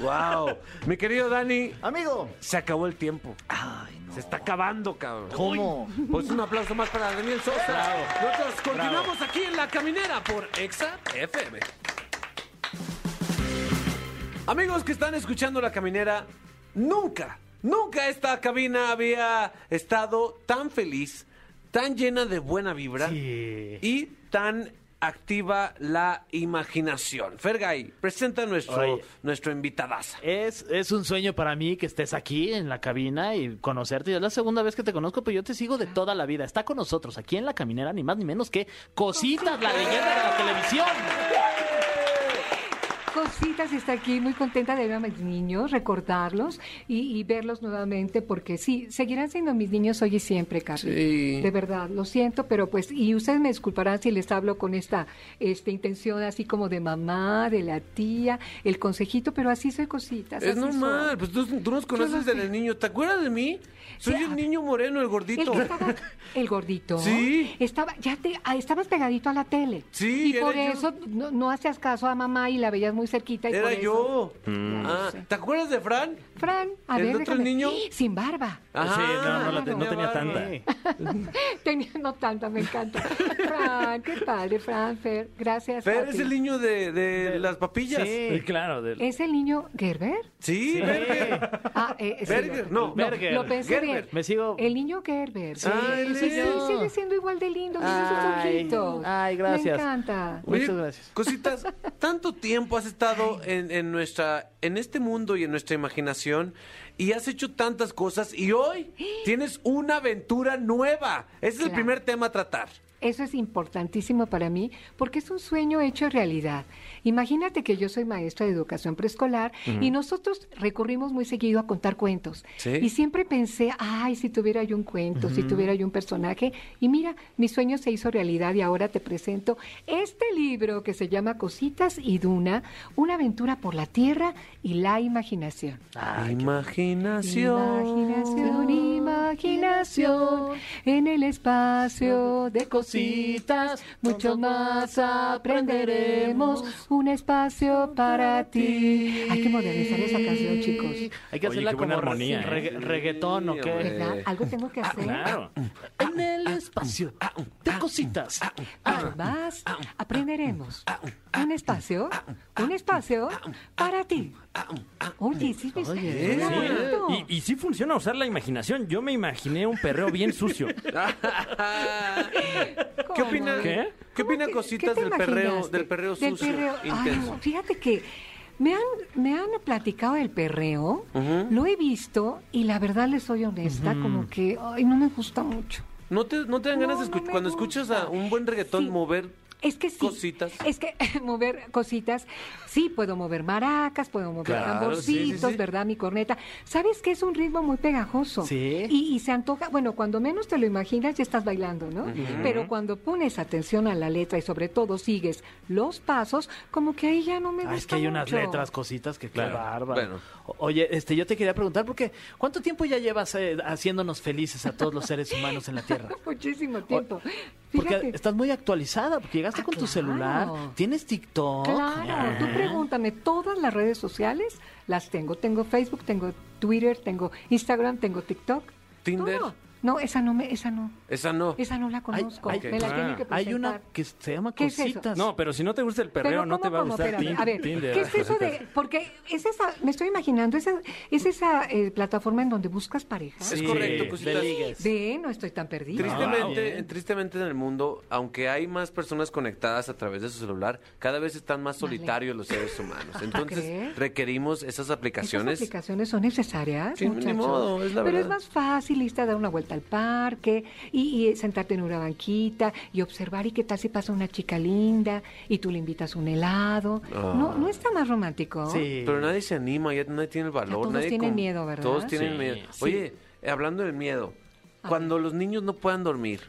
S2: ¡Wow! Mi querido Dani,
S6: Amigo,
S2: se acabó el tiempo. Se está acabando, cabrón.
S6: ¿cómo?
S2: Pues un aplauso más para Daniel Sosa. Nosotros continuamos aquí en La Caminera por Exa FM. Amigos que están escuchando La Caminera, nunca, nunca esta cabina había estado tan feliz, tan llena de buena vibra y tan activa la imaginación. Fergay, presenta a nuestro,
S3: Oye.
S2: nuestro invitadaza.
S3: Es, es un sueño para mí que estés aquí en la cabina y conocerte. Ya Es la segunda vez que te conozco, pero yo te sigo de toda la vida. Está con nosotros aquí en la caminera, ni más ni menos que Cositas, la leyenda de la televisión.
S11: Cositas está aquí, muy contenta de ver a mis niños, recordarlos y, y verlos nuevamente, porque sí, seguirán siendo mis niños hoy y siempre, Carlos.
S2: Sí.
S11: De verdad, lo siento, pero pues, y ustedes me disculparán si les hablo con esta este, intención así como de mamá, de la tía, el consejito, pero así soy cositas.
S2: Es
S11: así soy.
S2: normal, pues tú, tú nos conoces
S11: lo
S2: desde
S11: sé.
S2: niño. ¿Te acuerdas de mí? Soy
S11: Sí,
S2: el
S11: ah.
S2: niño moreno, el gordito.
S11: El, que estaba- el gordito.
S2: Sí.
S11: Estaba, ya te, ah, estabas pegadito a la tele.
S2: Sí,
S11: Y por
S2: era yo.
S11: eso no, no hacías caso a mamá y la veías muy cerquita. Y
S2: Era
S11: por eso-
S2: yo.
S4: Mm.
S11: Ya lo
S2: Ah,
S11: sé.
S2: ¿Te acuerdas de Fran?
S11: Fran, a
S2: ¿El
S11: ver,
S2: otro
S11: déjame-
S2: niño?
S11: Sin barba.
S4: sí, no,
S2: Ah,
S4: no, la te-
S11: claro.
S4: no tenía
S2: barba.
S4: tanta.
S11: Tenía no tanta, me encanta. Fran, qué padre, Fran, Fer, gracias.
S2: Fer
S11: papi.
S2: es el niño de, de las papillas. Sí.
S4: Sí, claro. del-
S11: ¿Es el niño Gerber?
S2: Berger.
S11: Ah, eh, sí,
S2: Berger,
S11: lo-
S2: no,
S11: lo-
S3: Berger.
S11: Lo pensé
S2: Gerber.
S11: bien.
S3: Me sigo-
S11: El niño Gerber. Sí,
S2: Ah, él
S11: sí,
S2: es.
S11: sí, sigue siendo igual de lindo. tiene sus
S3: Ay,
S11: ojitos.
S3: ay, gracias.
S11: Me encanta.
S2: Oye,
S3: Muchas gracias.
S2: Cositas, tanto tiempo has estado en, en nuestra, en este mundo y en nuestra imaginación y has hecho tantas cosas y hoy tienes una aventura nueva. Ese es el
S11: Claro.
S2: primer tema a tratar.
S11: Eso es importantísimo para mí porque es un sueño hecho realidad. Imagínate que yo soy maestra de educación preescolar y nosotros recurrimos muy seguido a contar cuentos.
S2: Sí.
S11: Y siempre pensé, ay, si tuviera yo un cuento, si tuviera yo un personaje. Y mira, mi sueño se hizo realidad y ahora te presento este libro que se llama Cositas y Duna, una aventura por la tierra y la imaginación.
S2: Ah, imaginación.
S11: Imaginación, imaginación, en el espacio de cositas, mucho más aprenderemos, un espacio para ti. Hay que modernizar esa canción, chicos.
S3: Hay que
S4: Oye,
S3: hacerla
S4: qué buena
S3: como re-
S4: armonía, ¿eh?
S3: regga- reggaetón o qué.
S11: ¿Verdad? Algo tengo que
S4: Ah,
S11: hacer.
S4: Claro.
S3: En el espacio de cositas.
S11: Mucho más aprenderemos. Un espacio, un espacio para ti. Oye, sí, me suena
S4: Sí.
S11: bonito.
S4: Y, y sí funciona usar la imaginación. Yo me imaginé un perreo bien sucio.
S2: ¿Qué
S11: ¿Cómo?
S2: opina,
S4: ¿Qué?
S2: ¿Qué opina
S11: ¿Cómo te-
S2: cositas
S11: qué te
S2: del perreo,
S11: imaginaste?
S2: del perreo
S11: Del
S2: sucio,
S11: perreo. Ay,
S2: intenso?
S11: no, fíjate que me han, me han platicado del perreo, lo he visto y la verdad les soy honesta, como que ay, no me gusta mucho.
S2: ¿No te, no te dan
S11: No,
S2: ganas de
S11: no
S2: escuchar
S11: me
S2: cuando escuchas a
S11: gusta.
S2: un buen reggaetón
S11: Sí.
S2: mover
S11: Es que sí.
S2: Cositas.
S11: Es que mover cositas. Sí, puedo mover maracas, puedo mover
S2: Claro,
S11: tamborcitos,
S2: sí, sí, sí.
S11: ¿verdad? Mi corneta. ¿Sabes que es un ritmo muy pegajoso?
S3: Sí.
S11: Y, y se antoja, bueno, cuando menos te lo imaginas ya estás bailando, ¿no? Pero cuando pones atención a la letra y sobre todo sigues los pasos, como que ahí ya no me gusta
S3: Ah, es que hay unas
S11: mucho.
S3: letras, cositas que qué
S2: Claro,
S3: bárbaro.
S2: bueno.
S3: O- Oye, este, yo te quería preguntar porque ¿cuánto tiempo ya llevas eh, haciéndonos felices a todos los seres humanos en la Tierra?
S11: Muchísimo tiempo.
S3: Porque
S11: Fíjate.
S3: estás muy actualizada, porque llegaste
S11: Ah,
S3: con tu
S11: claro.
S3: celular, tienes TikTok. Ah.
S11: Claro, tú pregúntame, todas las redes sociales las tengo. Tengo Facebook, tengo Twitter, tengo Instagram, tengo TikTok.
S2: Tinder.
S11: Todo. No, esa no, me, esa no,
S2: Esa no.
S11: esa no la
S3: Hay-
S11: conozco.
S3: hay-
S11: me la
S3: ah,
S11: tienen que
S3: Hay una
S11: presentar.
S3: que se llama
S11: pues, ¿Qué es eso?
S3: Cositas.
S10: No, pero si no te gusta el perreo, no
S11: ¿cómo,
S10: te va a
S11: cómo?
S10: gustar
S11: Espérame,
S10: Tin-
S11: a ver,
S10: Tinder.
S11: ¿qué es eso de...? Porque es esa, me estoy imaginando, esa, es esa eh, plataforma en donde buscas pareja.
S2: Es correcto,
S3: de
S2: cositas.
S3: ligues. eh.
S11: Ve, no estoy tan perdida.
S2: Tristemente, tristemente en el mundo, aunque hay más personas conectadas a través de su celular, cada vez están más
S11: Vale. Ah,
S2: solitarios los seres humanos. Entonces
S11: crees?
S2: requerimos esas aplicaciones.
S11: Esas aplicaciones son necesarias,
S2: Sí, ni
S11: muchachos.
S2: modo, es la
S11: Pero es
S2: verdad.
S11: más fácil irte a dar una vuelta al parque y, y sentarte en una banquita y observar y qué tal si pasa una chica linda y tú le invitas un helado.
S2: Ah.
S11: No, no está más romántico.
S3: Sí.
S2: Pero nadie se anima, ya nadie tiene el valor.
S11: todos
S2: nadie
S11: tienen
S2: con-
S11: miedo, ¿verdad?
S2: Todos tienen
S3: Sí,
S2: miedo.
S3: sí.
S2: Oye, eh, hablando del miedo,
S11: A
S2: cuando los niños no puedan dormir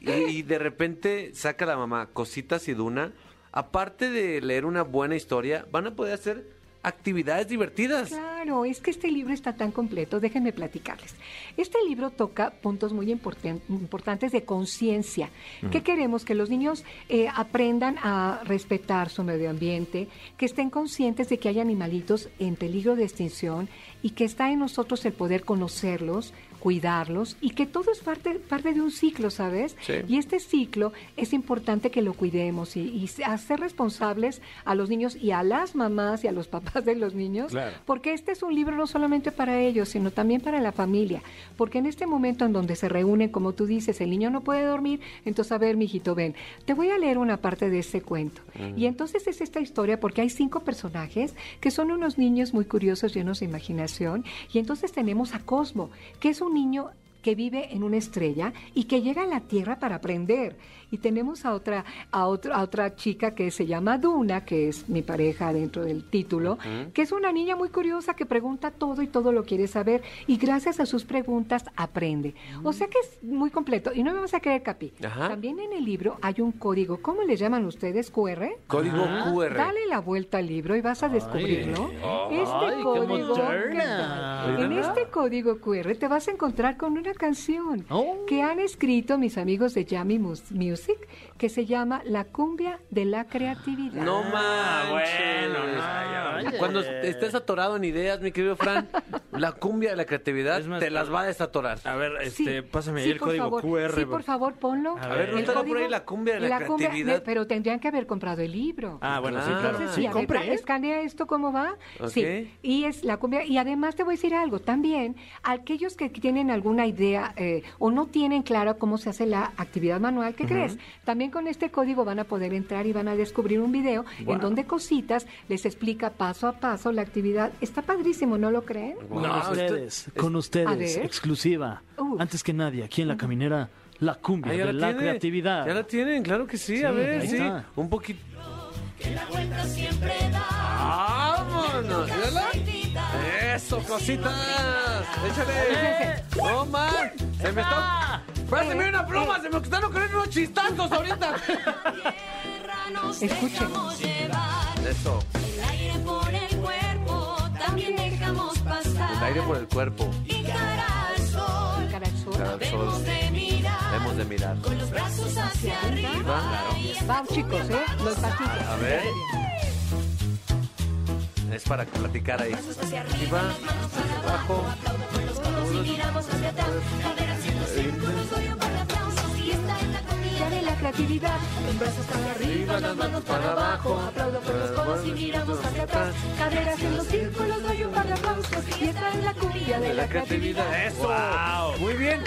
S2: y, y de repente saca la mamá cositas y duna, aparte de leer una buena historia, van a poder hacer actividades divertidas.
S11: Claro, es que este libro está tan completo, déjenme platicarles. Este libro toca puntos muy importan- importantes de conciencia. ¿Qué queremos? Que los niños eh, aprendan a respetar su medio ambiente, que estén conscientes de que hay animalitos en peligro de extinción y que está en nosotros el poder conocerlos, cuidarlos y que todo es parte, parte de un ciclo, ¿sabes?
S2: Sí.
S11: Y este ciclo es importante que lo cuidemos y, y hacer responsables a los niños y a las mamás y a los papás de los niños,
S10: Claro.
S11: porque este es un libro no solamente para ellos, sino también para la familia, porque en este momento en donde se reúnen, como tú dices, el niño no puede dormir, entonces a ver, mijito, ven, te voy a leer una parte de este cuento. Y entonces es esta historia porque hay cinco personajes que son unos niños muy curiosos, llenos de imaginación, y entonces tenemos a Cosmo, que es un niño que vive en una estrella y que llega a la Tierra para aprender. Y tenemos a otra, a otra, a otra chica que se llama Duna, que es mi pareja dentro del título, que es una niña muy curiosa que pregunta todo y todo lo quiere saber y gracias a sus preguntas aprende. O sea que es muy completo. Y no me vas a creer, Capi.
S2: Ajá.
S11: También en el libro hay un código. ¿Cómo le llaman ustedes? ¿QR?
S2: Código QR.
S11: Dale la vuelta al libro y vas a descubrirlo.
S3: Ay,
S11: este
S3: qué
S11: código.
S3: moderna.
S11: ¿qué tal? En este código QR te vas a encontrar con una canción
S3: Oh.
S11: que han escrito mis amigos de Yami Mus- Music que se llama La cumbia de la creatividad.
S2: No manches.
S3: Ah, bueno, no.
S2: Cuando estés atorado en ideas, mi querido Fran, la cumbia de la creatividad
S8: Es más,
S2: te las va a desatorar.
S8: A ver,
S11: Sí,
S8: este, pásame ahí
S11: sí,
S8: el
S11: por
S8: código
S11: favor,
S8: QR.
S11: Sí, por favor, ponlo.
S8: A ver,
S11: El
S2: ¿no estará por
S11: código-
S2: ahí la cumbia de la
S11: cumbia-
S2: creatividad?
S11: me- pero tendrían que haber comprado el libro.
S8: Ah, bueno, sí,
S2: Claro.
S8: claro.
S11: Entonces,
S8: Sí,
S11: sí, a ver,
S8: compre,
S11: va,
S8: ¿eh?
S11: escanea esto cómo va.
S2: Ok.
S11: Sí. Y es la cumbia. Y además te voy a decir algo también. Aquellos que tienen alguna idea eh, o no tienen claro cómo se hace la actividad manual, ¿qué crees? También con este código van a poder entrar y van a descubrir un video en donde cositas les explica paso a paso la actividad. Está padrísimo, ¿no lo creen?
S3: Con ustedes, con ustedes,
S11: ver.
S3: exclusiva.
S11: Uh.
S3: Antes que nadie, aquí en la caminera, la cumbia
S2: Ah,
S3: de la,
S2: tienen,
S3: creatividad.
S2: Ya la tienen, claro que sí. a
S3: Sí,
S2: ver,
S3: ahí
S2: sí.
S3: está.
S2: Un poquito. ¡Vámonos! mírala. ¡Eso, cositas! ¡Échale! ¡No man! ¡Se me está! Fran, se me dio una pluma! ¡Se me están ocurriendo unos chistazos ahorita!
S11: Escuchen.
S2: Eso,
S12: El aire por el cuerpo, también dejamos
S2: el aire
S12: pasar.
S2: por el cuerpo.
S12: Y cara al sol,
S11: Cara al sol.
S2: Cara al sol.
S12: debemos de mirar.
S2: Hemos de mirar.
S12: Con los brazos hacia arriba.
S2: Claro.
S12: y esta
S11: Vamos chicos, ¿eh? Los patitos.
S2: A ver. Es para platicar ahí.
S12: Brazos hacia
S2: Arriba,
S12: arriba, las manos para abajo. Aplaudo con los codos y miramos hacia atrás. Cadera haciendo círculos, doy un par de aplausos. Y esta es la comida de la creatividad. Los brazos para arriba, las manos para abajo. Aplaudo con los codos y miramos hacia atrás. Cadera haciendo círculos, doy un par de aplausos. Y esta es la comida de la creatividad.
S2: ¡Eso! Muy bien.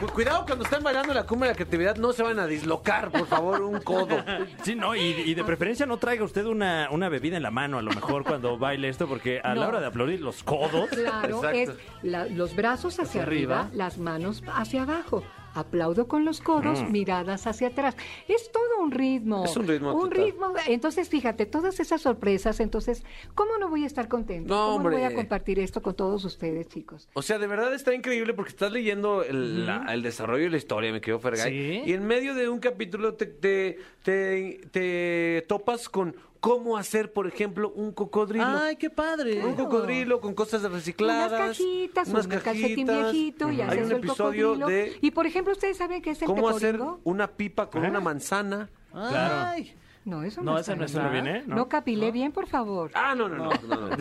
S2: Cu- Cuidado cuando están bailando la cumbre de la creatividad, no se van a dislocar, por favor, un codo.
S8: Sí, no, y, y de preferencia no traiga usted una, una bebida en la mano a lo mejor cuando baile esto, porque a la
S11: No.
S8: hora de aplaudir los codos.
S11: Claro,
S2: Exacto.
S11: es la- los brazos hacia, arriba, las manos hacia abajo. aplaudo con los codos, miradas hacia atrás. Es todo un ritmo.
S2: Mm. Es un ritmo
S11: Un
S2: total.
S11: ritmo. Entonces, fíjate, todas esas sorpresas, entonces, ¿cómo no voy a estar contento?
S2: No,
S11: ¿Cómo no voy
S2: hombre.
S11: a compartir esto con todos ustedes, chicos?
S2: O sea, de verdad está increíble porque estás leyendo el, la- el desarrollo de la historia, me quedo Fergay.
S3: Sí.
S2: Y en medio de un capítulo te, te, te- te topas con cómo hacer, por ejemplo, un cocodrilo.
S3: Ay, qué padre.
S2: Un cocodrilo con cosas recicladas.
S11: unas cajitas,
S2: unas
S11: un calcetín
S2: cajitas.
S11: viejito
S2: Hay
S11: y haces
S2: un
S11: el
S2: episodio
S11: cocodrilo.
S2: de-
S11: Y este por ejemplo, ustedes saben qué es el
S2: ¿Cómo hacer
S11: tecoringo?
S2: una pipa
S11: ¿Eh?
S2: con una manzana?
S3: Ay.
S11: No, eso no,
S10: No, esa no es
S11: está.
S10: una bien, ¿eh?
S11: No capilé bien, por favor.
S2: Ah, no, no, no. no, no, no.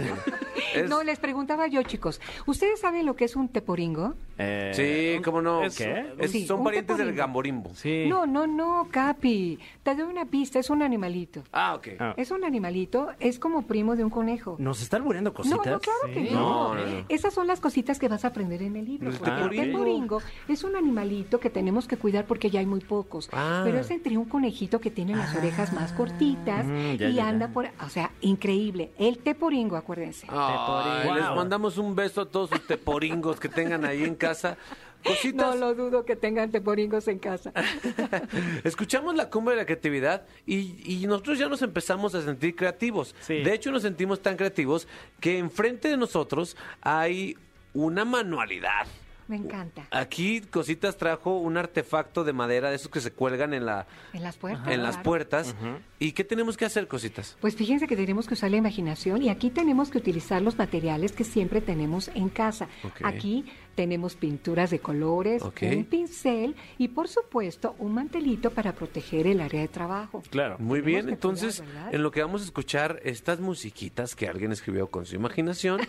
S2: Es-
S11: No, les preguntaba yo, chicos, ¿ustedes saben lo que es un teporingo?
S10: Eh,
S2: Sí, cómo no.
S10: ¿Es qué?
S2: Es-
S11: Sí,
S2: son
S11: un
S2: parientes del
S11: tecoringo.
S2: gamborimbo.
S10: Sí.
S11: No, no, no, Capi. Te doy una pista, es un animalito.
S2: Ah, ok.
S10: Ah.
S11: Es un animalito, es como primo de un conejo.
S8: ¿Nos están muriendo
S11: No,
S8: cositas?
S11: no, claro que
S10: Sí.
S11: no.
S2: No, no, Pues, no.
S11: Esas son las cositas que vas a aprender en el libro.
S2: El
S11: porque
S2: teporingo.
S11: el teporingo es un animalito que tenemos que cuidar porque ya hay muy pocos.
S2: Ah.
S11: Pero es entre un conejito que tiene las orejas más cortitas
S8: Mm, ya,
S11: y
S8: ya,
S11: anda
S8: ya.
S11: por... O sea, increíble. El teporingo, acuérdense.
S2: Ay,
S10: Teporingo.
S2: les
S10: Wow.
S2: mandamos un beso a todos sus teporingos que tengan ahí en casa.
S11: No
S2: Cositas.
S11: lo dudo que tengan teporingos en casa.
S2: Escuchamos la cumbre de la creatividad y, y nosotros ya nos empezamos a sentir creativos.
S10: Sí.
S2: De hecho, nos sentimos tan creativos que enfrente de nosotros hay una manualidad.
S11: Me encanta.
S2: Aquí Cositas trajo un artefacto de madera de esos que se cuelgan en, la,
S11: En las puertas.
S2: en las
S11: claro.
S2: puertas. ¿Y qué tenemos que hacer, Cositas?
S11: Pues fíjense que tenemos que usar la imaginación y aquí tenemos que utilizar los materiales que siempre tenemos en casa.
S2: Ok.
S11: Aquí tenemos pinturas de colores,
S2: Ok.
S11: un pincel y por supuesto un mantelito para proteger el área de trabajo.
S10: Claro.
S2: Muy
S11: Tenemos
S2: bien,
S11: que
S2: entonces
S11: cuidar, ¿verdad?
S2: en lo que vamos a escuchar estas musiquitas que alguien escribió con su imaginación,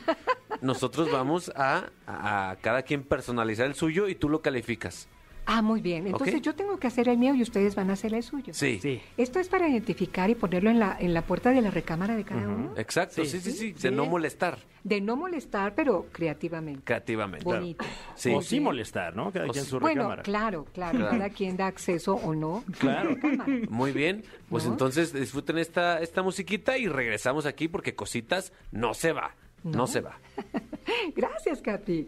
S2: nosotros vamos a, a cada quien personalizar el suyo y tú lo calificas.
S11: Ah, muy bien. Entonces
S2: Ok.
S11: yo tengo que hacer el mío y ustedes van a hacer el suyo.
S2: Sí,
S10: Sí.
S11: Esto es para identificar y ponerlo en la, en la puerta de la recámara de cada uno,
S2: exacto, sí, sí, sí, de no molestar
S11: de no molestar, pero creativamente.
S2: creativamente. Pues,
S11: Bonito.
S2: Sí.
S8: O sí molestar, ¿no? Cada quien su
S11: Bueno,
S8: recámara.
S11: claro, claro,
S2: Claro.
S11: Cada quien da acceso o no. Claro.
S2: Muy bien, pues
S11: ¿No?
S2: entonces disfruten esta, esta musiquita y regresamos aquí porque Cositas no se va, no
S11: No.
S2: se va.
S11: Gracias, Capi.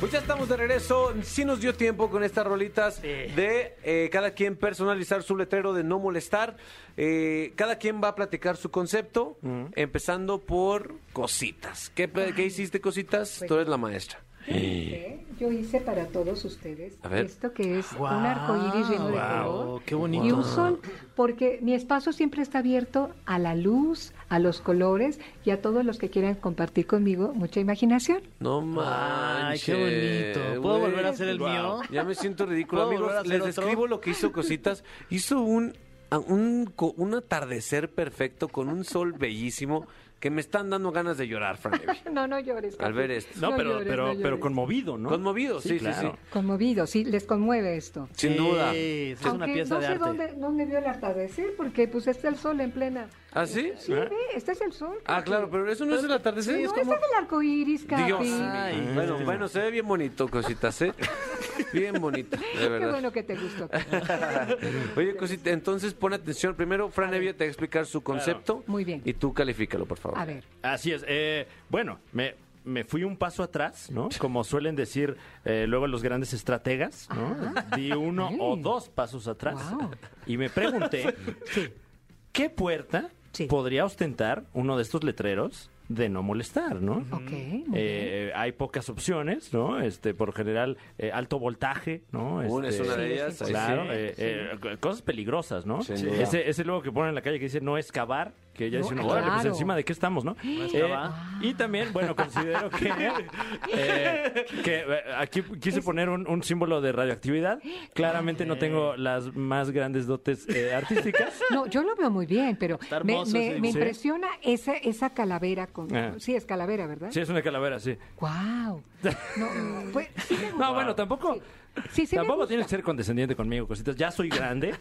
S2: Pues ya estamos de regreso. Sí nos dio tiempo con estas rolitas de eh, cada quien personalizar su letrero de no molestar. Eh, cada quien va a platicar su concepto, empezando por cositas. ¿Qué, pe- qué hiciste, cositas?
S3: Pues
S2: Tú eres la maestra.
S11: ¿Qué? ¿Eh? Yo hice para todos ustedes
S2: Eh, A ver.
S11: esto que es un arco iris lleno de
S10: Guau,
S11: color
S10: qué bonito.
S11: y un sol, porque mi espacio siempre está abierto a la luz, a los colores y a todos los que quieran compartir conmigo mucha imaginación.
S2: No
S3: Ay,
S2: manches.
S3: qué bonito. ¿Puedo
S2: güey.
S3: volver a hacer el mío?
S2: Ya me siento ridículo,
S3: ¿Puedo
S2: amigos.
S3: volver a hacer
S2: Les
S3: otro?
S2: describo lo que hizo Cositas. Hizo un, a- un, co- un atardecer perfecto con un sol bellísimo que me están dando ganas de llorar, Fran Evia.
S11: No, no llores.
S2: Al
S11: papi.
S2: ver esto.
S8: No, pero,
S11: llores,
S8: pero,
S11: no llores.
S8: pero conmovido, ¿no?
S2: Conmovido, sí, sí,
S8: claro.
S2: sí.
S11: Conmovido, sí, les conmueve esto.
S2: Sin duda.
S3: Sí, sí, es una
S11: Aunque
S3: pieza
S11: no
S3: de
S11: sé
S3: arte.
S11: Dónde, dónde vio el atardecer, porque pues está el sol en plena.
S2: ¿Ah, sí?
S11: Sí, ve, este es el sol.
S2: Ah,
S11: papi.
S2: claro, pero eso no es el atardecer.
S11: no, este es el arco iris, Capi.
S2: Dios mío. Bueno, bueno, se ve bien bonito, cositas, ¿eh? Bien bonito, de
S11: Qué
S2: verdad.
S11: bueno que te gustó.
S2: Oye, cosita, entonces pon atención. Primero, Fran Evia te va a explicar su concepto.
S11: Muy bien.
S2: Y tú califícalo, por favor.
S11: A ver,
S8: Así es. eh, bueno, me, me fui un paso atrás, ¿no? Como suelen decir eh, luego los grandes estrategas, ¿no? Di uno o
S11: Mm.
S8: dos pasos atrás.
S11: Wow.
S8: Y me pregunté, ¿qué puerta
S11: Sí.
S8: podría ostentar uno de estos letreros de no molestar, ¿no?
S11: ok. muy bien.
S8: Eh, hay pocas opciones, ¿no? Este, por lo general, eh, alto voltaje, ¿no?
S2: Una es
S8: Este,
S2: una de ellas. ahí
S8: Claro,
S2: sí.
S8: eh, eh, co- cosas peligrosas, ¿no?
S2: Sin duda.
S8: Ese, ese luego que ponen en la calle que dice no excavar, que ya
S11: No,
S8: dice uno, "Órale, pues
S11: claro.
S8: encima de qué estamos, ¿no? Eh,
S3: excavar.
S8: y también, bueno, considero que, eh, que, eh, aquí quise poner un, un símbolo de radioactividad. Claramente
S11: Eh.
S8: no tengo las más grandes dotes eh, artísticas.
S11: No, yo lo veo muy bien, pero
S3: Está
S11: me,
S3: hermoso
S11: me-
S3: ese
S11: me
S8: dibujo.
S11: impresiona esa, esa calavera. con
S8: Ah.
S11: Sí, es calavera, ¿verdad?
S8: Sí, es una calavera, sí.
S11: Wow. No, pues, sí me gusta.
S8: No, bueno, tampoco.
S11: Sí, sí me
S8: tampoco
S11: gusta.
S8: tienes que ser condescendiente conmigo, cositas. Ya soy grande.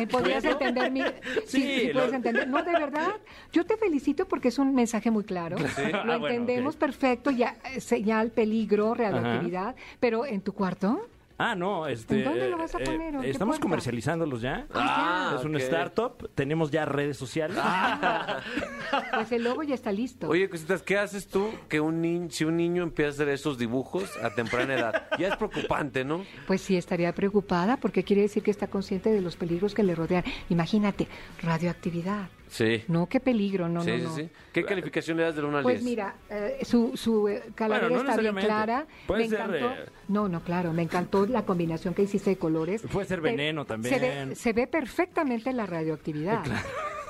S11: Eh, ¿Podrías entender mi...? Sí,
S8: Sí,
S11: sí
S8: lo-
S11: puedes entender. No, de verdad, yo te felicito porque es un mensaje muy claro. Lo
S8: Ah, bueno,
S11: entendemos perfecto, ya eh, señal, peligro, radioactividad, pero ¿en tu cuarto?
S8: Ah, no, este.
S11: ¿En dónde lo vas a
S8: eh,
S11: poner, o qué
S8: estamos
S11: puerta?
S8: comercializándolos ya.
S11: Ah,
S8: es una
S2: ok.
S8: startup. Tenemos ya redes sociales. Ah,
S11: Pues el logo ya está listo.
S2: Oye, cositas, ¿qué haces tú que un niño, si un niño empieza a hacer esos dibujos a temprana edad? Ya es preocupante, ¿no?
S11: Pues sí, estaría preocupada porque quiere decir que está consciente de los peligros que le rodean. Imagínate, radioactividad.
S2: Sí.
S11: No, qué peligro, no,
S2: sí,
S11: no, no.
S2: sí, sí. ¿Qué calificación le das del 1 al 10?
S11: Pues mira, eh, su, su eh, calavera
S8: Bueno, no
S11: está bien
S8: necesariamente.
S11: clara.
S8: Puede
S11: me
S8: ser,
S11: encantó.
S8: eh,
S11: No, no, claro, me encantó la combinación que hiciste de colores.
S8: Puede ser
S11: Pero
S8: veneno
S11: Se
S8: también.
S11: ve, se ve perfectamente la radioactividad.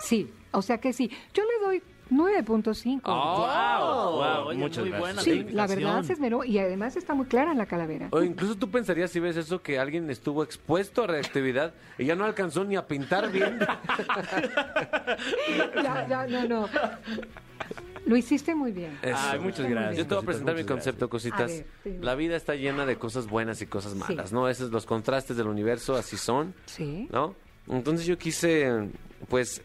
S11: Sí, o sea que sí. Yo le doy 9.5.
S8: Ah, wow, wow,
S3: Oye,
S8: muchas
S3: muy
S8: gracias.
S3: buena
S11: sí, la verdad
S3: calificación.
S11: se esmeró y además está muy clara la calavera.
S2: O incluso tú pensarías si ves eso que alguien estuvo expuesto a reactividad y ya no alcanzó ni a pintar bien.
S11: Ya, ya, no, no. Lo hiciste muy bien.
S2: Eso.
S8: Ay, muchas gracias.
S2: Yo te voy
S8: Cositas,
S2: a presentar mi
S8: muchas
S2: concepto,
S11: A
S2: cositas.
S11: ver, sí.
S2: La vida está llena de cosas buenas y cosas malas,
S11: Sí.
S2: ¿no? Esos los contrastes del universo así son,
S11: Sí.
S2: ¿no? Entonces yo quise, pues,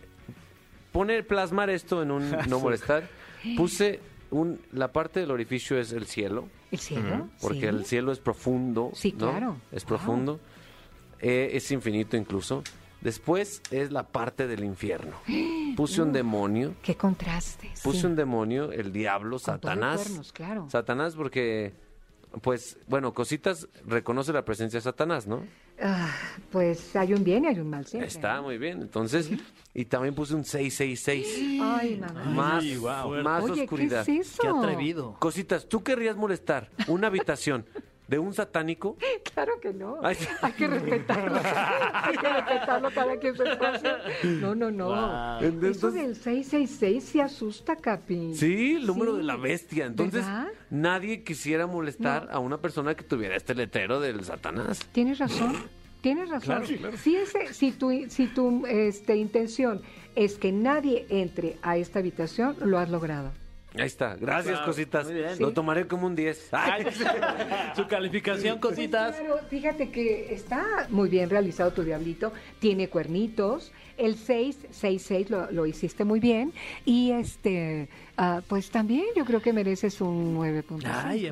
S2: poner, plasmar esto en un no molestar. Puse un, la parte del orificio es el cielo,
S11: El cielo.
S2: porque
S11: sí.
S2: el cielo es profundo,
S11: Sí,
S2: ¿no?
S11: claro.
S2: Es
S11: Wow.
S2: profundo, eh, es infinito incluso. Después es la parte del infierno. Puse un demonio.
S11: Qué contrastes.
S2: Puse
S11: sí.
S2: un demonio, el diablo,
S11: Con todo y
S2: Satanás.
S11: cuernos, claro.
S2: Satanás porque, pues, bueno, cositas reconoce la presencia de Satanás, ¿no?
S11: Ah, pues hay un bien y hay un mal siempre.
S2: Está muy bien. Entonces, y también puse un 666.
S11: Ay, mamá.
S2: Más, más
S11: Oye,
S2: oscuridad.
S11: ¿qué es eso?
S3: Qué atrevido.
S2: Cositas, ¿tú querrías molestar una habitación de un satánico?
S11: Claro que no.
S2: Ay.
S11: Hay que respetarlo. hay que respetarlo cada quien su espacio. No, no, no. Eso
S2: Entonces-
S11: del 666 se asusta, Capi.
S2: Sí, el número
S11: Sí.
S2: de la bestia. Entonces,
S11: ¿Verdad?
S2: nadie quisiera molestar a una persona que tuviera este letrero del Satanás.
S11: Tienes razón. Tienes razón. Si, ese, si tu, si tu este, intención es que nadie entre a esta habitación, lo has logrado.
S2: Ahí está. Gracias, cositas. Lo
S11: Sí.
S2: tomaré como un 10. Ay.
S3: Su calificación,
S11: Pues
S3: cositas.
S11: claro, fíjate que está muy bien realizado tu diablito, tiene cuernitos, el 666 lo, lo hiciste muy bien y este, ah, pues también yo creo que mereces un ¿eh? 9.5.
S3: Ay,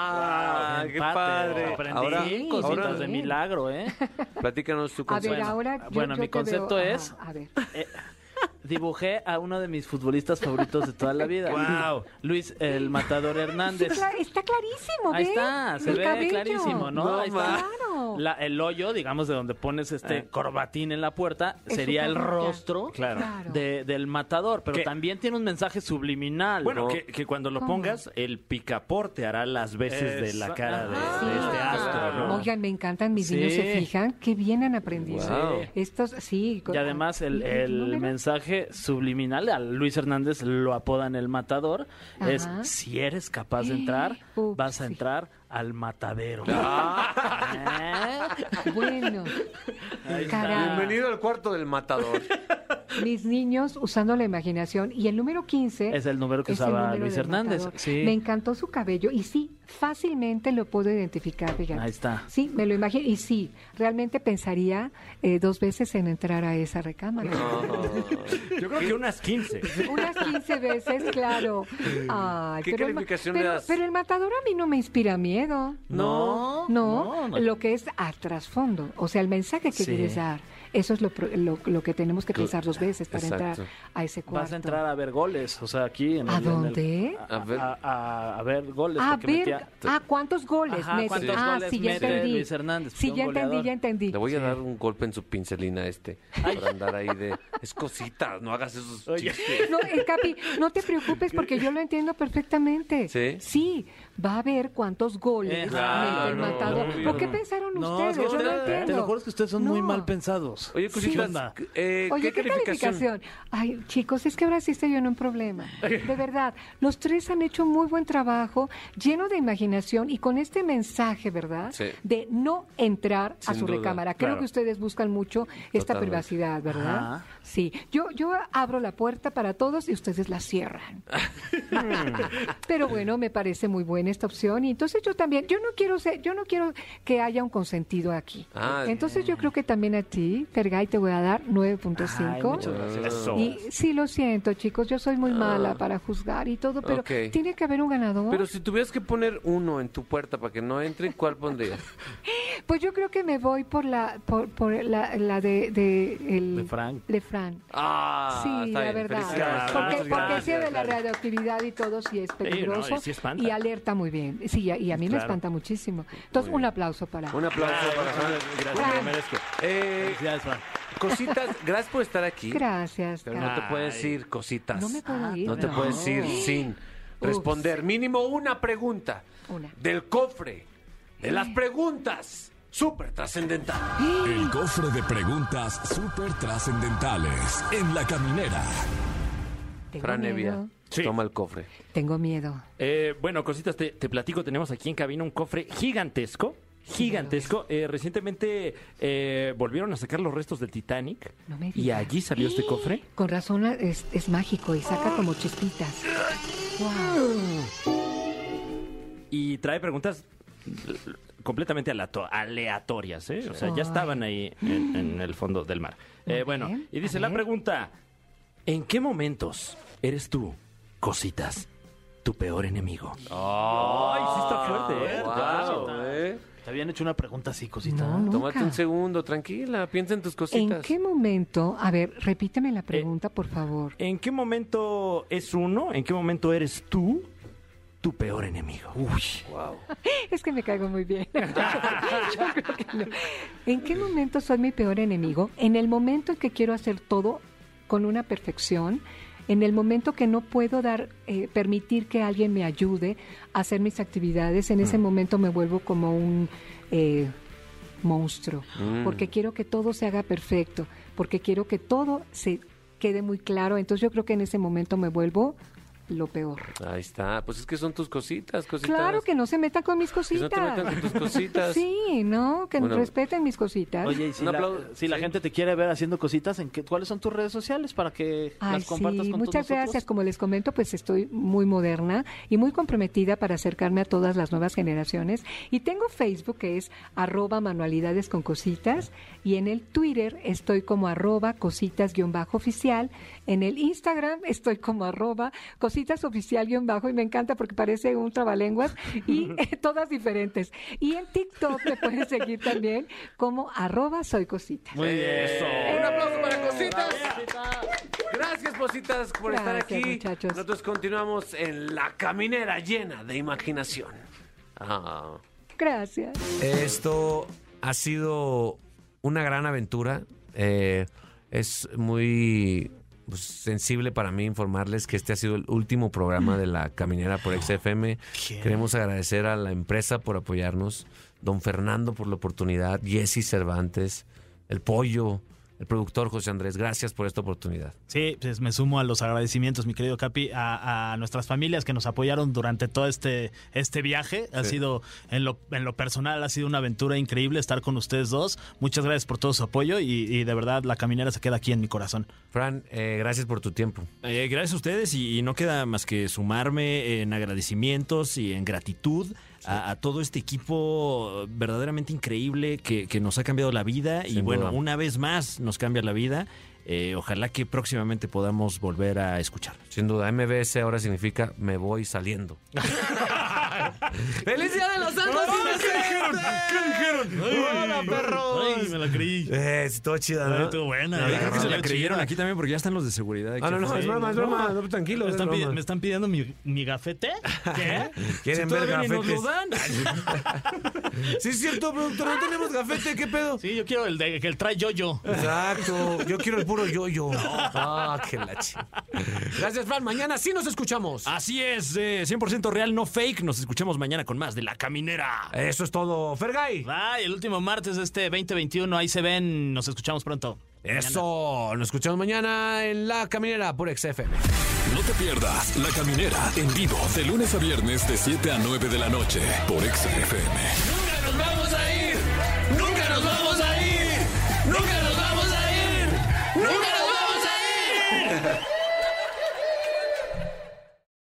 S2: ¡Ah!
S3: empate,
S2: ¡Qué padre!
S3: Aprendí
S2: Ahora,
S3: cositas
S2: ahora
S3: de milagro, ¿eh? Ah,
S2: platícanos tu
S11: a ver,
S2: concepto.
S11: ahora yo-
S3: pues bueno,
S11: yo
S3: mi
S11: te veo-
S3: concepto
S11: ajá,
S3: es-
S11: a ver,
S3: Eh, Dibujé a uno de mis futbolistas favoritos de toda la vida.
S8: Guau.
S3: Luis el Matador Hernández.
S11: Cla- está clarísimo,
S3: Ahí
S11: ¿ve?
S3: está, se
S11: El
S3: ve
S11: cabello.
S3: clarísimo, ¿no?
S2: No
S3: Ahí está.
S11: Claro.
S3: La- el hoyo, digamos, de donde pones este corbatín en la puerta,
S11: Es
S3: sería
S11: su
S3: el
S11: carita.
S3: rostro
S8: Ah. Claro.
S11: Claro.
S3: de- del matador, pero
S8: ¿Qué?
S3: también tiene un mensaje subliminal.
S8: Bueno,
S3: ¿no?
S8: que, que cuando lo
S11: ¿Cómo?
S8: pongas, el picaporte hará las veces de la
S3: Esa-
S8: cara de,
S3: Ajá.
S8: de este astro, ¿no?
S11: Oigan, me encantan, mis niños
S3: Sí.
S11: se fijan, qué bien han aprendido.
S2: Wow.
S11: Estos, sí. con-
S3: Y además el,
S11: ¿Y- y
S3: el
S11: número?
S3: mensaje subliminal, a Luis Hernández lo apodan el matador, es
S11: Ajá.
S3: si eres capaz de entrar,
S11: Ups,
S3: vas a
S11: sí.
S3: entrar al matadero. ¿Eh?
S11: Bueno,
S3: está.
S11: caray.
S2: Bienvenido al cuarto del matador.
S11: Mis niños usando la imaginación. Y el número 15
S3: Es el número que
S11: es el
S3: usaba
S11: número
S3: Luis
S11: del
S3: Hernández.
S11: matador.
S3: Sí.
S11: Me encantó su cabello y sí, fácilmente lo puedo identificar, fíjate.
S3: Ahí está.
S11: Sí, me lo imagino. Y sí, realmente pensaría eh, dos veces en entrar a esa recámara.
S8: Yo creo que unas 15.
S11: Unas 15 veces, claro. Ay,
S2: ¿Qué
S11: el ma-
S2: calificación le
S11: pero,
S2: das?
S11: pero el matador a mí no me inspira miedo.
S3: No,
S11: No,
S3: no, no.
S11: lo que es a trasfondo, o sea, el mensaje que
S3: Sí.
S11: quieres dar. Eso es lo, pro- lo, lo que tenemos que pensar dos veces para
S2: Exacto.
S11: entrar a ese cuarto.
S3: Vas a entrar a ver goles, o sea, aquí en
S11: ¿A
S3: el- en el-
S11: dónde?
S3: a,
S2: A ver.
S3: a- a- a ver goles.
S11: A
S3: porque
S11: ver,
S3: metía-
S11: ah, ¿cuántos goles
S3: Ajá,
S11: mete?
S3: ¿cuántos
S11: ah,
S3: goles
S11: sí, ya
S3: mete
S11: entendí.
S3: Luis Hernández?
S11: Sí,
S3: Fue
S11: ya
S3: un
S11: entendí,
S3: goleador.
S11: ya entendí.
S2: Le voy a dar un golpe en su pincelina a este. Para andar ahí de. Es cosita, no hagas esos chistes.
S11: No, eh, Capi, no te preocupes porque yo lo entiendo perfectamente.
S2: ¿Sí?
S11: va a ver cuántos goles
S3: Eh,
S11: mete
S3: claro,
S11: el matador.
S2: obvio.
S11: ¿Por qué pensaron
S3: No, es
S11: ustedes?
S3: que
S11: yo no
S3: ustedes- eh,
S11: entiendo.
S3: Te lo juro es que ustedes son muy
S11: No.
S3: mal pensados.
S2: Oye, cositas.
S3: onda?
S2: eh,
S11: Oye,
S2: ¿qué, calificación?
S11: Ay, chicos, es que ahora sí estoy yo en un problema. De verdad, los tres han hecho muy buen trabajo, lleno de imaginación y con este mensaje, ¿verdad?
S2: Sí.
S11: De no entrar a
S2: Sin
S11: su
S2: duda,
S11: recámara. Creo
S8: claro.
S11: que ustedes buscan mucho esta
S2: Totalmente.
S11: privacidad, ¿verdad?
S3: Ajá.
S11: Sí. Yo, yo abro la puerta para todos y ustedes la cierran. Pero bueno, me parece muy buena esta opción y entonces yo también, yo no quiero ser, yo no quiero que haya un consentido aquí.
S2: Ah,
S11: entonces yo creo que también a ti, Fergay, te voy a dar 9.5.
S8: Eso.
S11: Y sí lo siento, chicos, yo soy muy mala para juzgar y todo, pero
S2: Ah. Ok.
S11: tiene que haber un ganador.
S2: Pero si tuvieras que poner uno en tu puerta para que no entre, ¿cuál pondrías?
S11: Pues yo creo que me voy por la por, por la, la de de el
S10: Frank.
S11: de Fran.
S2: Ah,
S11: sí,
S2: está
S11: la
S2: bien,
S11: verdad.
S2: felicidades.
S11: Porque, porque
S8: gracias,
S11: sí, de la
S8: claro.
S11: radioactividad y todo sí es peligroso.
S8: no, y sí espanta.
S11: y alerta muy bien. Sí, y a, y a mí me
S8: Claro.
S11: espanta muchísimo. Entonces, un aplauso para.
S2: Un aplauso para Fran.
S8: Gracias, me lo merezco.
S2: Eh,
S10: Felicidades, Fran.
S2: cositas, gracias por estar aquí.
S11: Gracias.
S2: Pero no te puedes ir cositas.
S11: No me puedo ir,
S2: No te
S11: no.
S2: puedes ir sin responder mínimo una pregunta
S11: Una.
S2: del cofre de las preguntas súper trascendental.
S1: El cofre de preguntas súper trascendentales en la caminera.
S11: Ah, Tengo
S2: Fran Evia,
S11: miedo.
S8: Sí.
S2: toma el cofre.
S11: Tengo miedo.
S8: Eh, bueno, cositas, te, te platico, tenemos aquí en cabina un cofre gigantesco. Gigantesco. Eh, recientemente eh, volvieron a sacar los restos del Titanic.
S11: No me
S8: y
S11: digas.
S8: allí salió este cofre.
S11: Con razón es, es mágico y saca como chispitas. Wow.
S8: Y trae preguntas l- l- completamente alato- aleatorias, ¿eh? O sea,
S11: Ay.
S8: ya estaban ahí en, en el fondo del mar. Eh,
S11: Muy
S8: bueno,
S11: bien,
S8: y
S11: a
S8: dice la
S11: ver.
S8: pregunta, ¿en qué momentos eres tú, cositas, tu peor enemigo? ¡Ay, sí está fuerte! ¿eh?
S2: Guau, eh.
S3: Te habían hecho una pregunta así, cosita.
S11: No, nunca.
S2: Tómate un segundo, tranquila, piensa en tus
S11: ¿En
S2: cositas.
S11: qué momento? A ver, repíteme la pregunta, por favor.
S8: ¿En qué momento es uno? ¿En qué momento eres tú tu peor enemigo? Uy.
S11: Es que me caigo muy bien. Yo creo que no. ¿En qué momento soy mi peor enemigo? En el momento en que quiero hacer todo con una perfección, en el momento que no puedo dar, eh, permitir que alguien me ayude a hacer mis actividades, en ese momento me vuelvo como un eh, monstruo, porque quiero que todo se haga perfecto, porque quiero que todo se quede muy claro. Entonces yo creo que en ese momento me vuelvo lo peor.
S2: Ahí está, pues es que son tus cositas, cositas.
S11: Claro que no se metan con mis
S2: Que no
S11: cositas.
S2: te metan con tus cositas.
S11: Sí, no, que
S2: Bueno.
S11: respeten mis cositas.
S3: Oye, y si,
S2: Un
S3: la,
S2: aplauso.
S3: si la
S2: Sí.
S3: gente te quiere ver haciendo cositas, ¿en qué, ¿cuáles son tus redes sociales para que
S11: Ay,
S3: las compartas
S11: sí,
S3: con
S11: muchas
S3: todos
S11: gracias.
S3: nosotros?
S11: Como les comento, pues estoy muy moderna y muy comprometida para acercarme a todas las nuevas generaciones. Y tengo Facebook que es arroba manualidades con cositas y en el Twitter estoy como arroba cositas-oficial. En el Instagram estoy como arroba cositasoficial-bajo y me encanta porque parece un trabalenguas y eh, todas diferentes. Y en TikTok me pueden seguir también como arroba soy cositas.
S2: Muy bien. Un aplauso
S11: ¡Eh!
S2: para cositas. Gracias, cositas, por estar
S11: Gracias,
S2: aquí.
S11: muchachos.
S2: Nosotros continuamos en la caminera llena de imaginación. Ah.
S11: Gracias.
S13: Esto ha sido una gran aventura. Eh, es muy pues, sensible para mí informarles que este ha sido el último programa de la Caminera por XFM. Queremos agradecer a la empresa por apoyarnos, don Fernando por la oportunidad, Jesse Cervantes, el Pollo, el productor José Andrés. Gracias por esta oportunidad.
S14: Sí, pues me sumo a los agradecimientos, mi querido Capi, a, a nuestras familias que nos apoyaron durante todo este, este viaje. Ha sido, en lo, en lo personal, ha sido una aventura increíble estar con ustedes dos. Muchas gracias por todo su apoyo y, y de verdad la caminera se queda aquí en mi corazón.
S13: Fran, eh, gracias por tu tiempo.
S4: Eh, gracias a ustedes y, y no queda más que sumarme en agradecimientos y en gratitud a, a todo este equipo verdaderamente increíble que, que nos ha cambiado la vida y
S13: Sin
S4: bueno,
S13: duda.
S4: una vez más nos cambia la vida. Eh, ojalá que próximamente podamos volver a escuchar.
S13: Sin duda, MBS ahora significa me voy saliendo. ¡Feliz Día de los Santos Inocentes!
S14: ¡Hola, perros! ¡Ay, me la creí!
S13: Eh, estuvo chida,
S14: Ay,
S13: ¿no?
S14: estuvo buena.
S4: Yo creo que se la
S14: Estuvo
S4: creyeron
S14: chida.
S4: aquí también porque ya están los de seguridad.
S13: Ah, no, no, es broma, es broma. No,
S14: ¿Me
S13: tranquilo, es
S14: están, pidi-
S13: broma.
S14: me están pidiendo mi, mi gafete? ¿Qué?
S13: Quieren ver gafetes.
S4: dan.
S13: Sí, es cierto, productor, no tenemos gafete, ¿qué pedo?
S14: Sí, yo quiero el de que el trae yo-yo.
S13: Exacto. Yo quiero el puro yo-yo. Ah, qué la chingada. Gracias, Fran. Mañana sí nos escuchamos.
S4: Así es, eh, 100% real, no fake. Nos escuchamos mañana con más de La Caminera.
S13: Eso es todo. Fergay.
S14: Bye, el último martes de este 2021. Ahí se ven. Nos escuchamos pronto.
S13: Eso. Nos escuchamos mañana en La Caminera por XFM.
S1: No te pierdas La Caminera en vivo de lunes a viernes de 7 a 9 de la noche por XFM.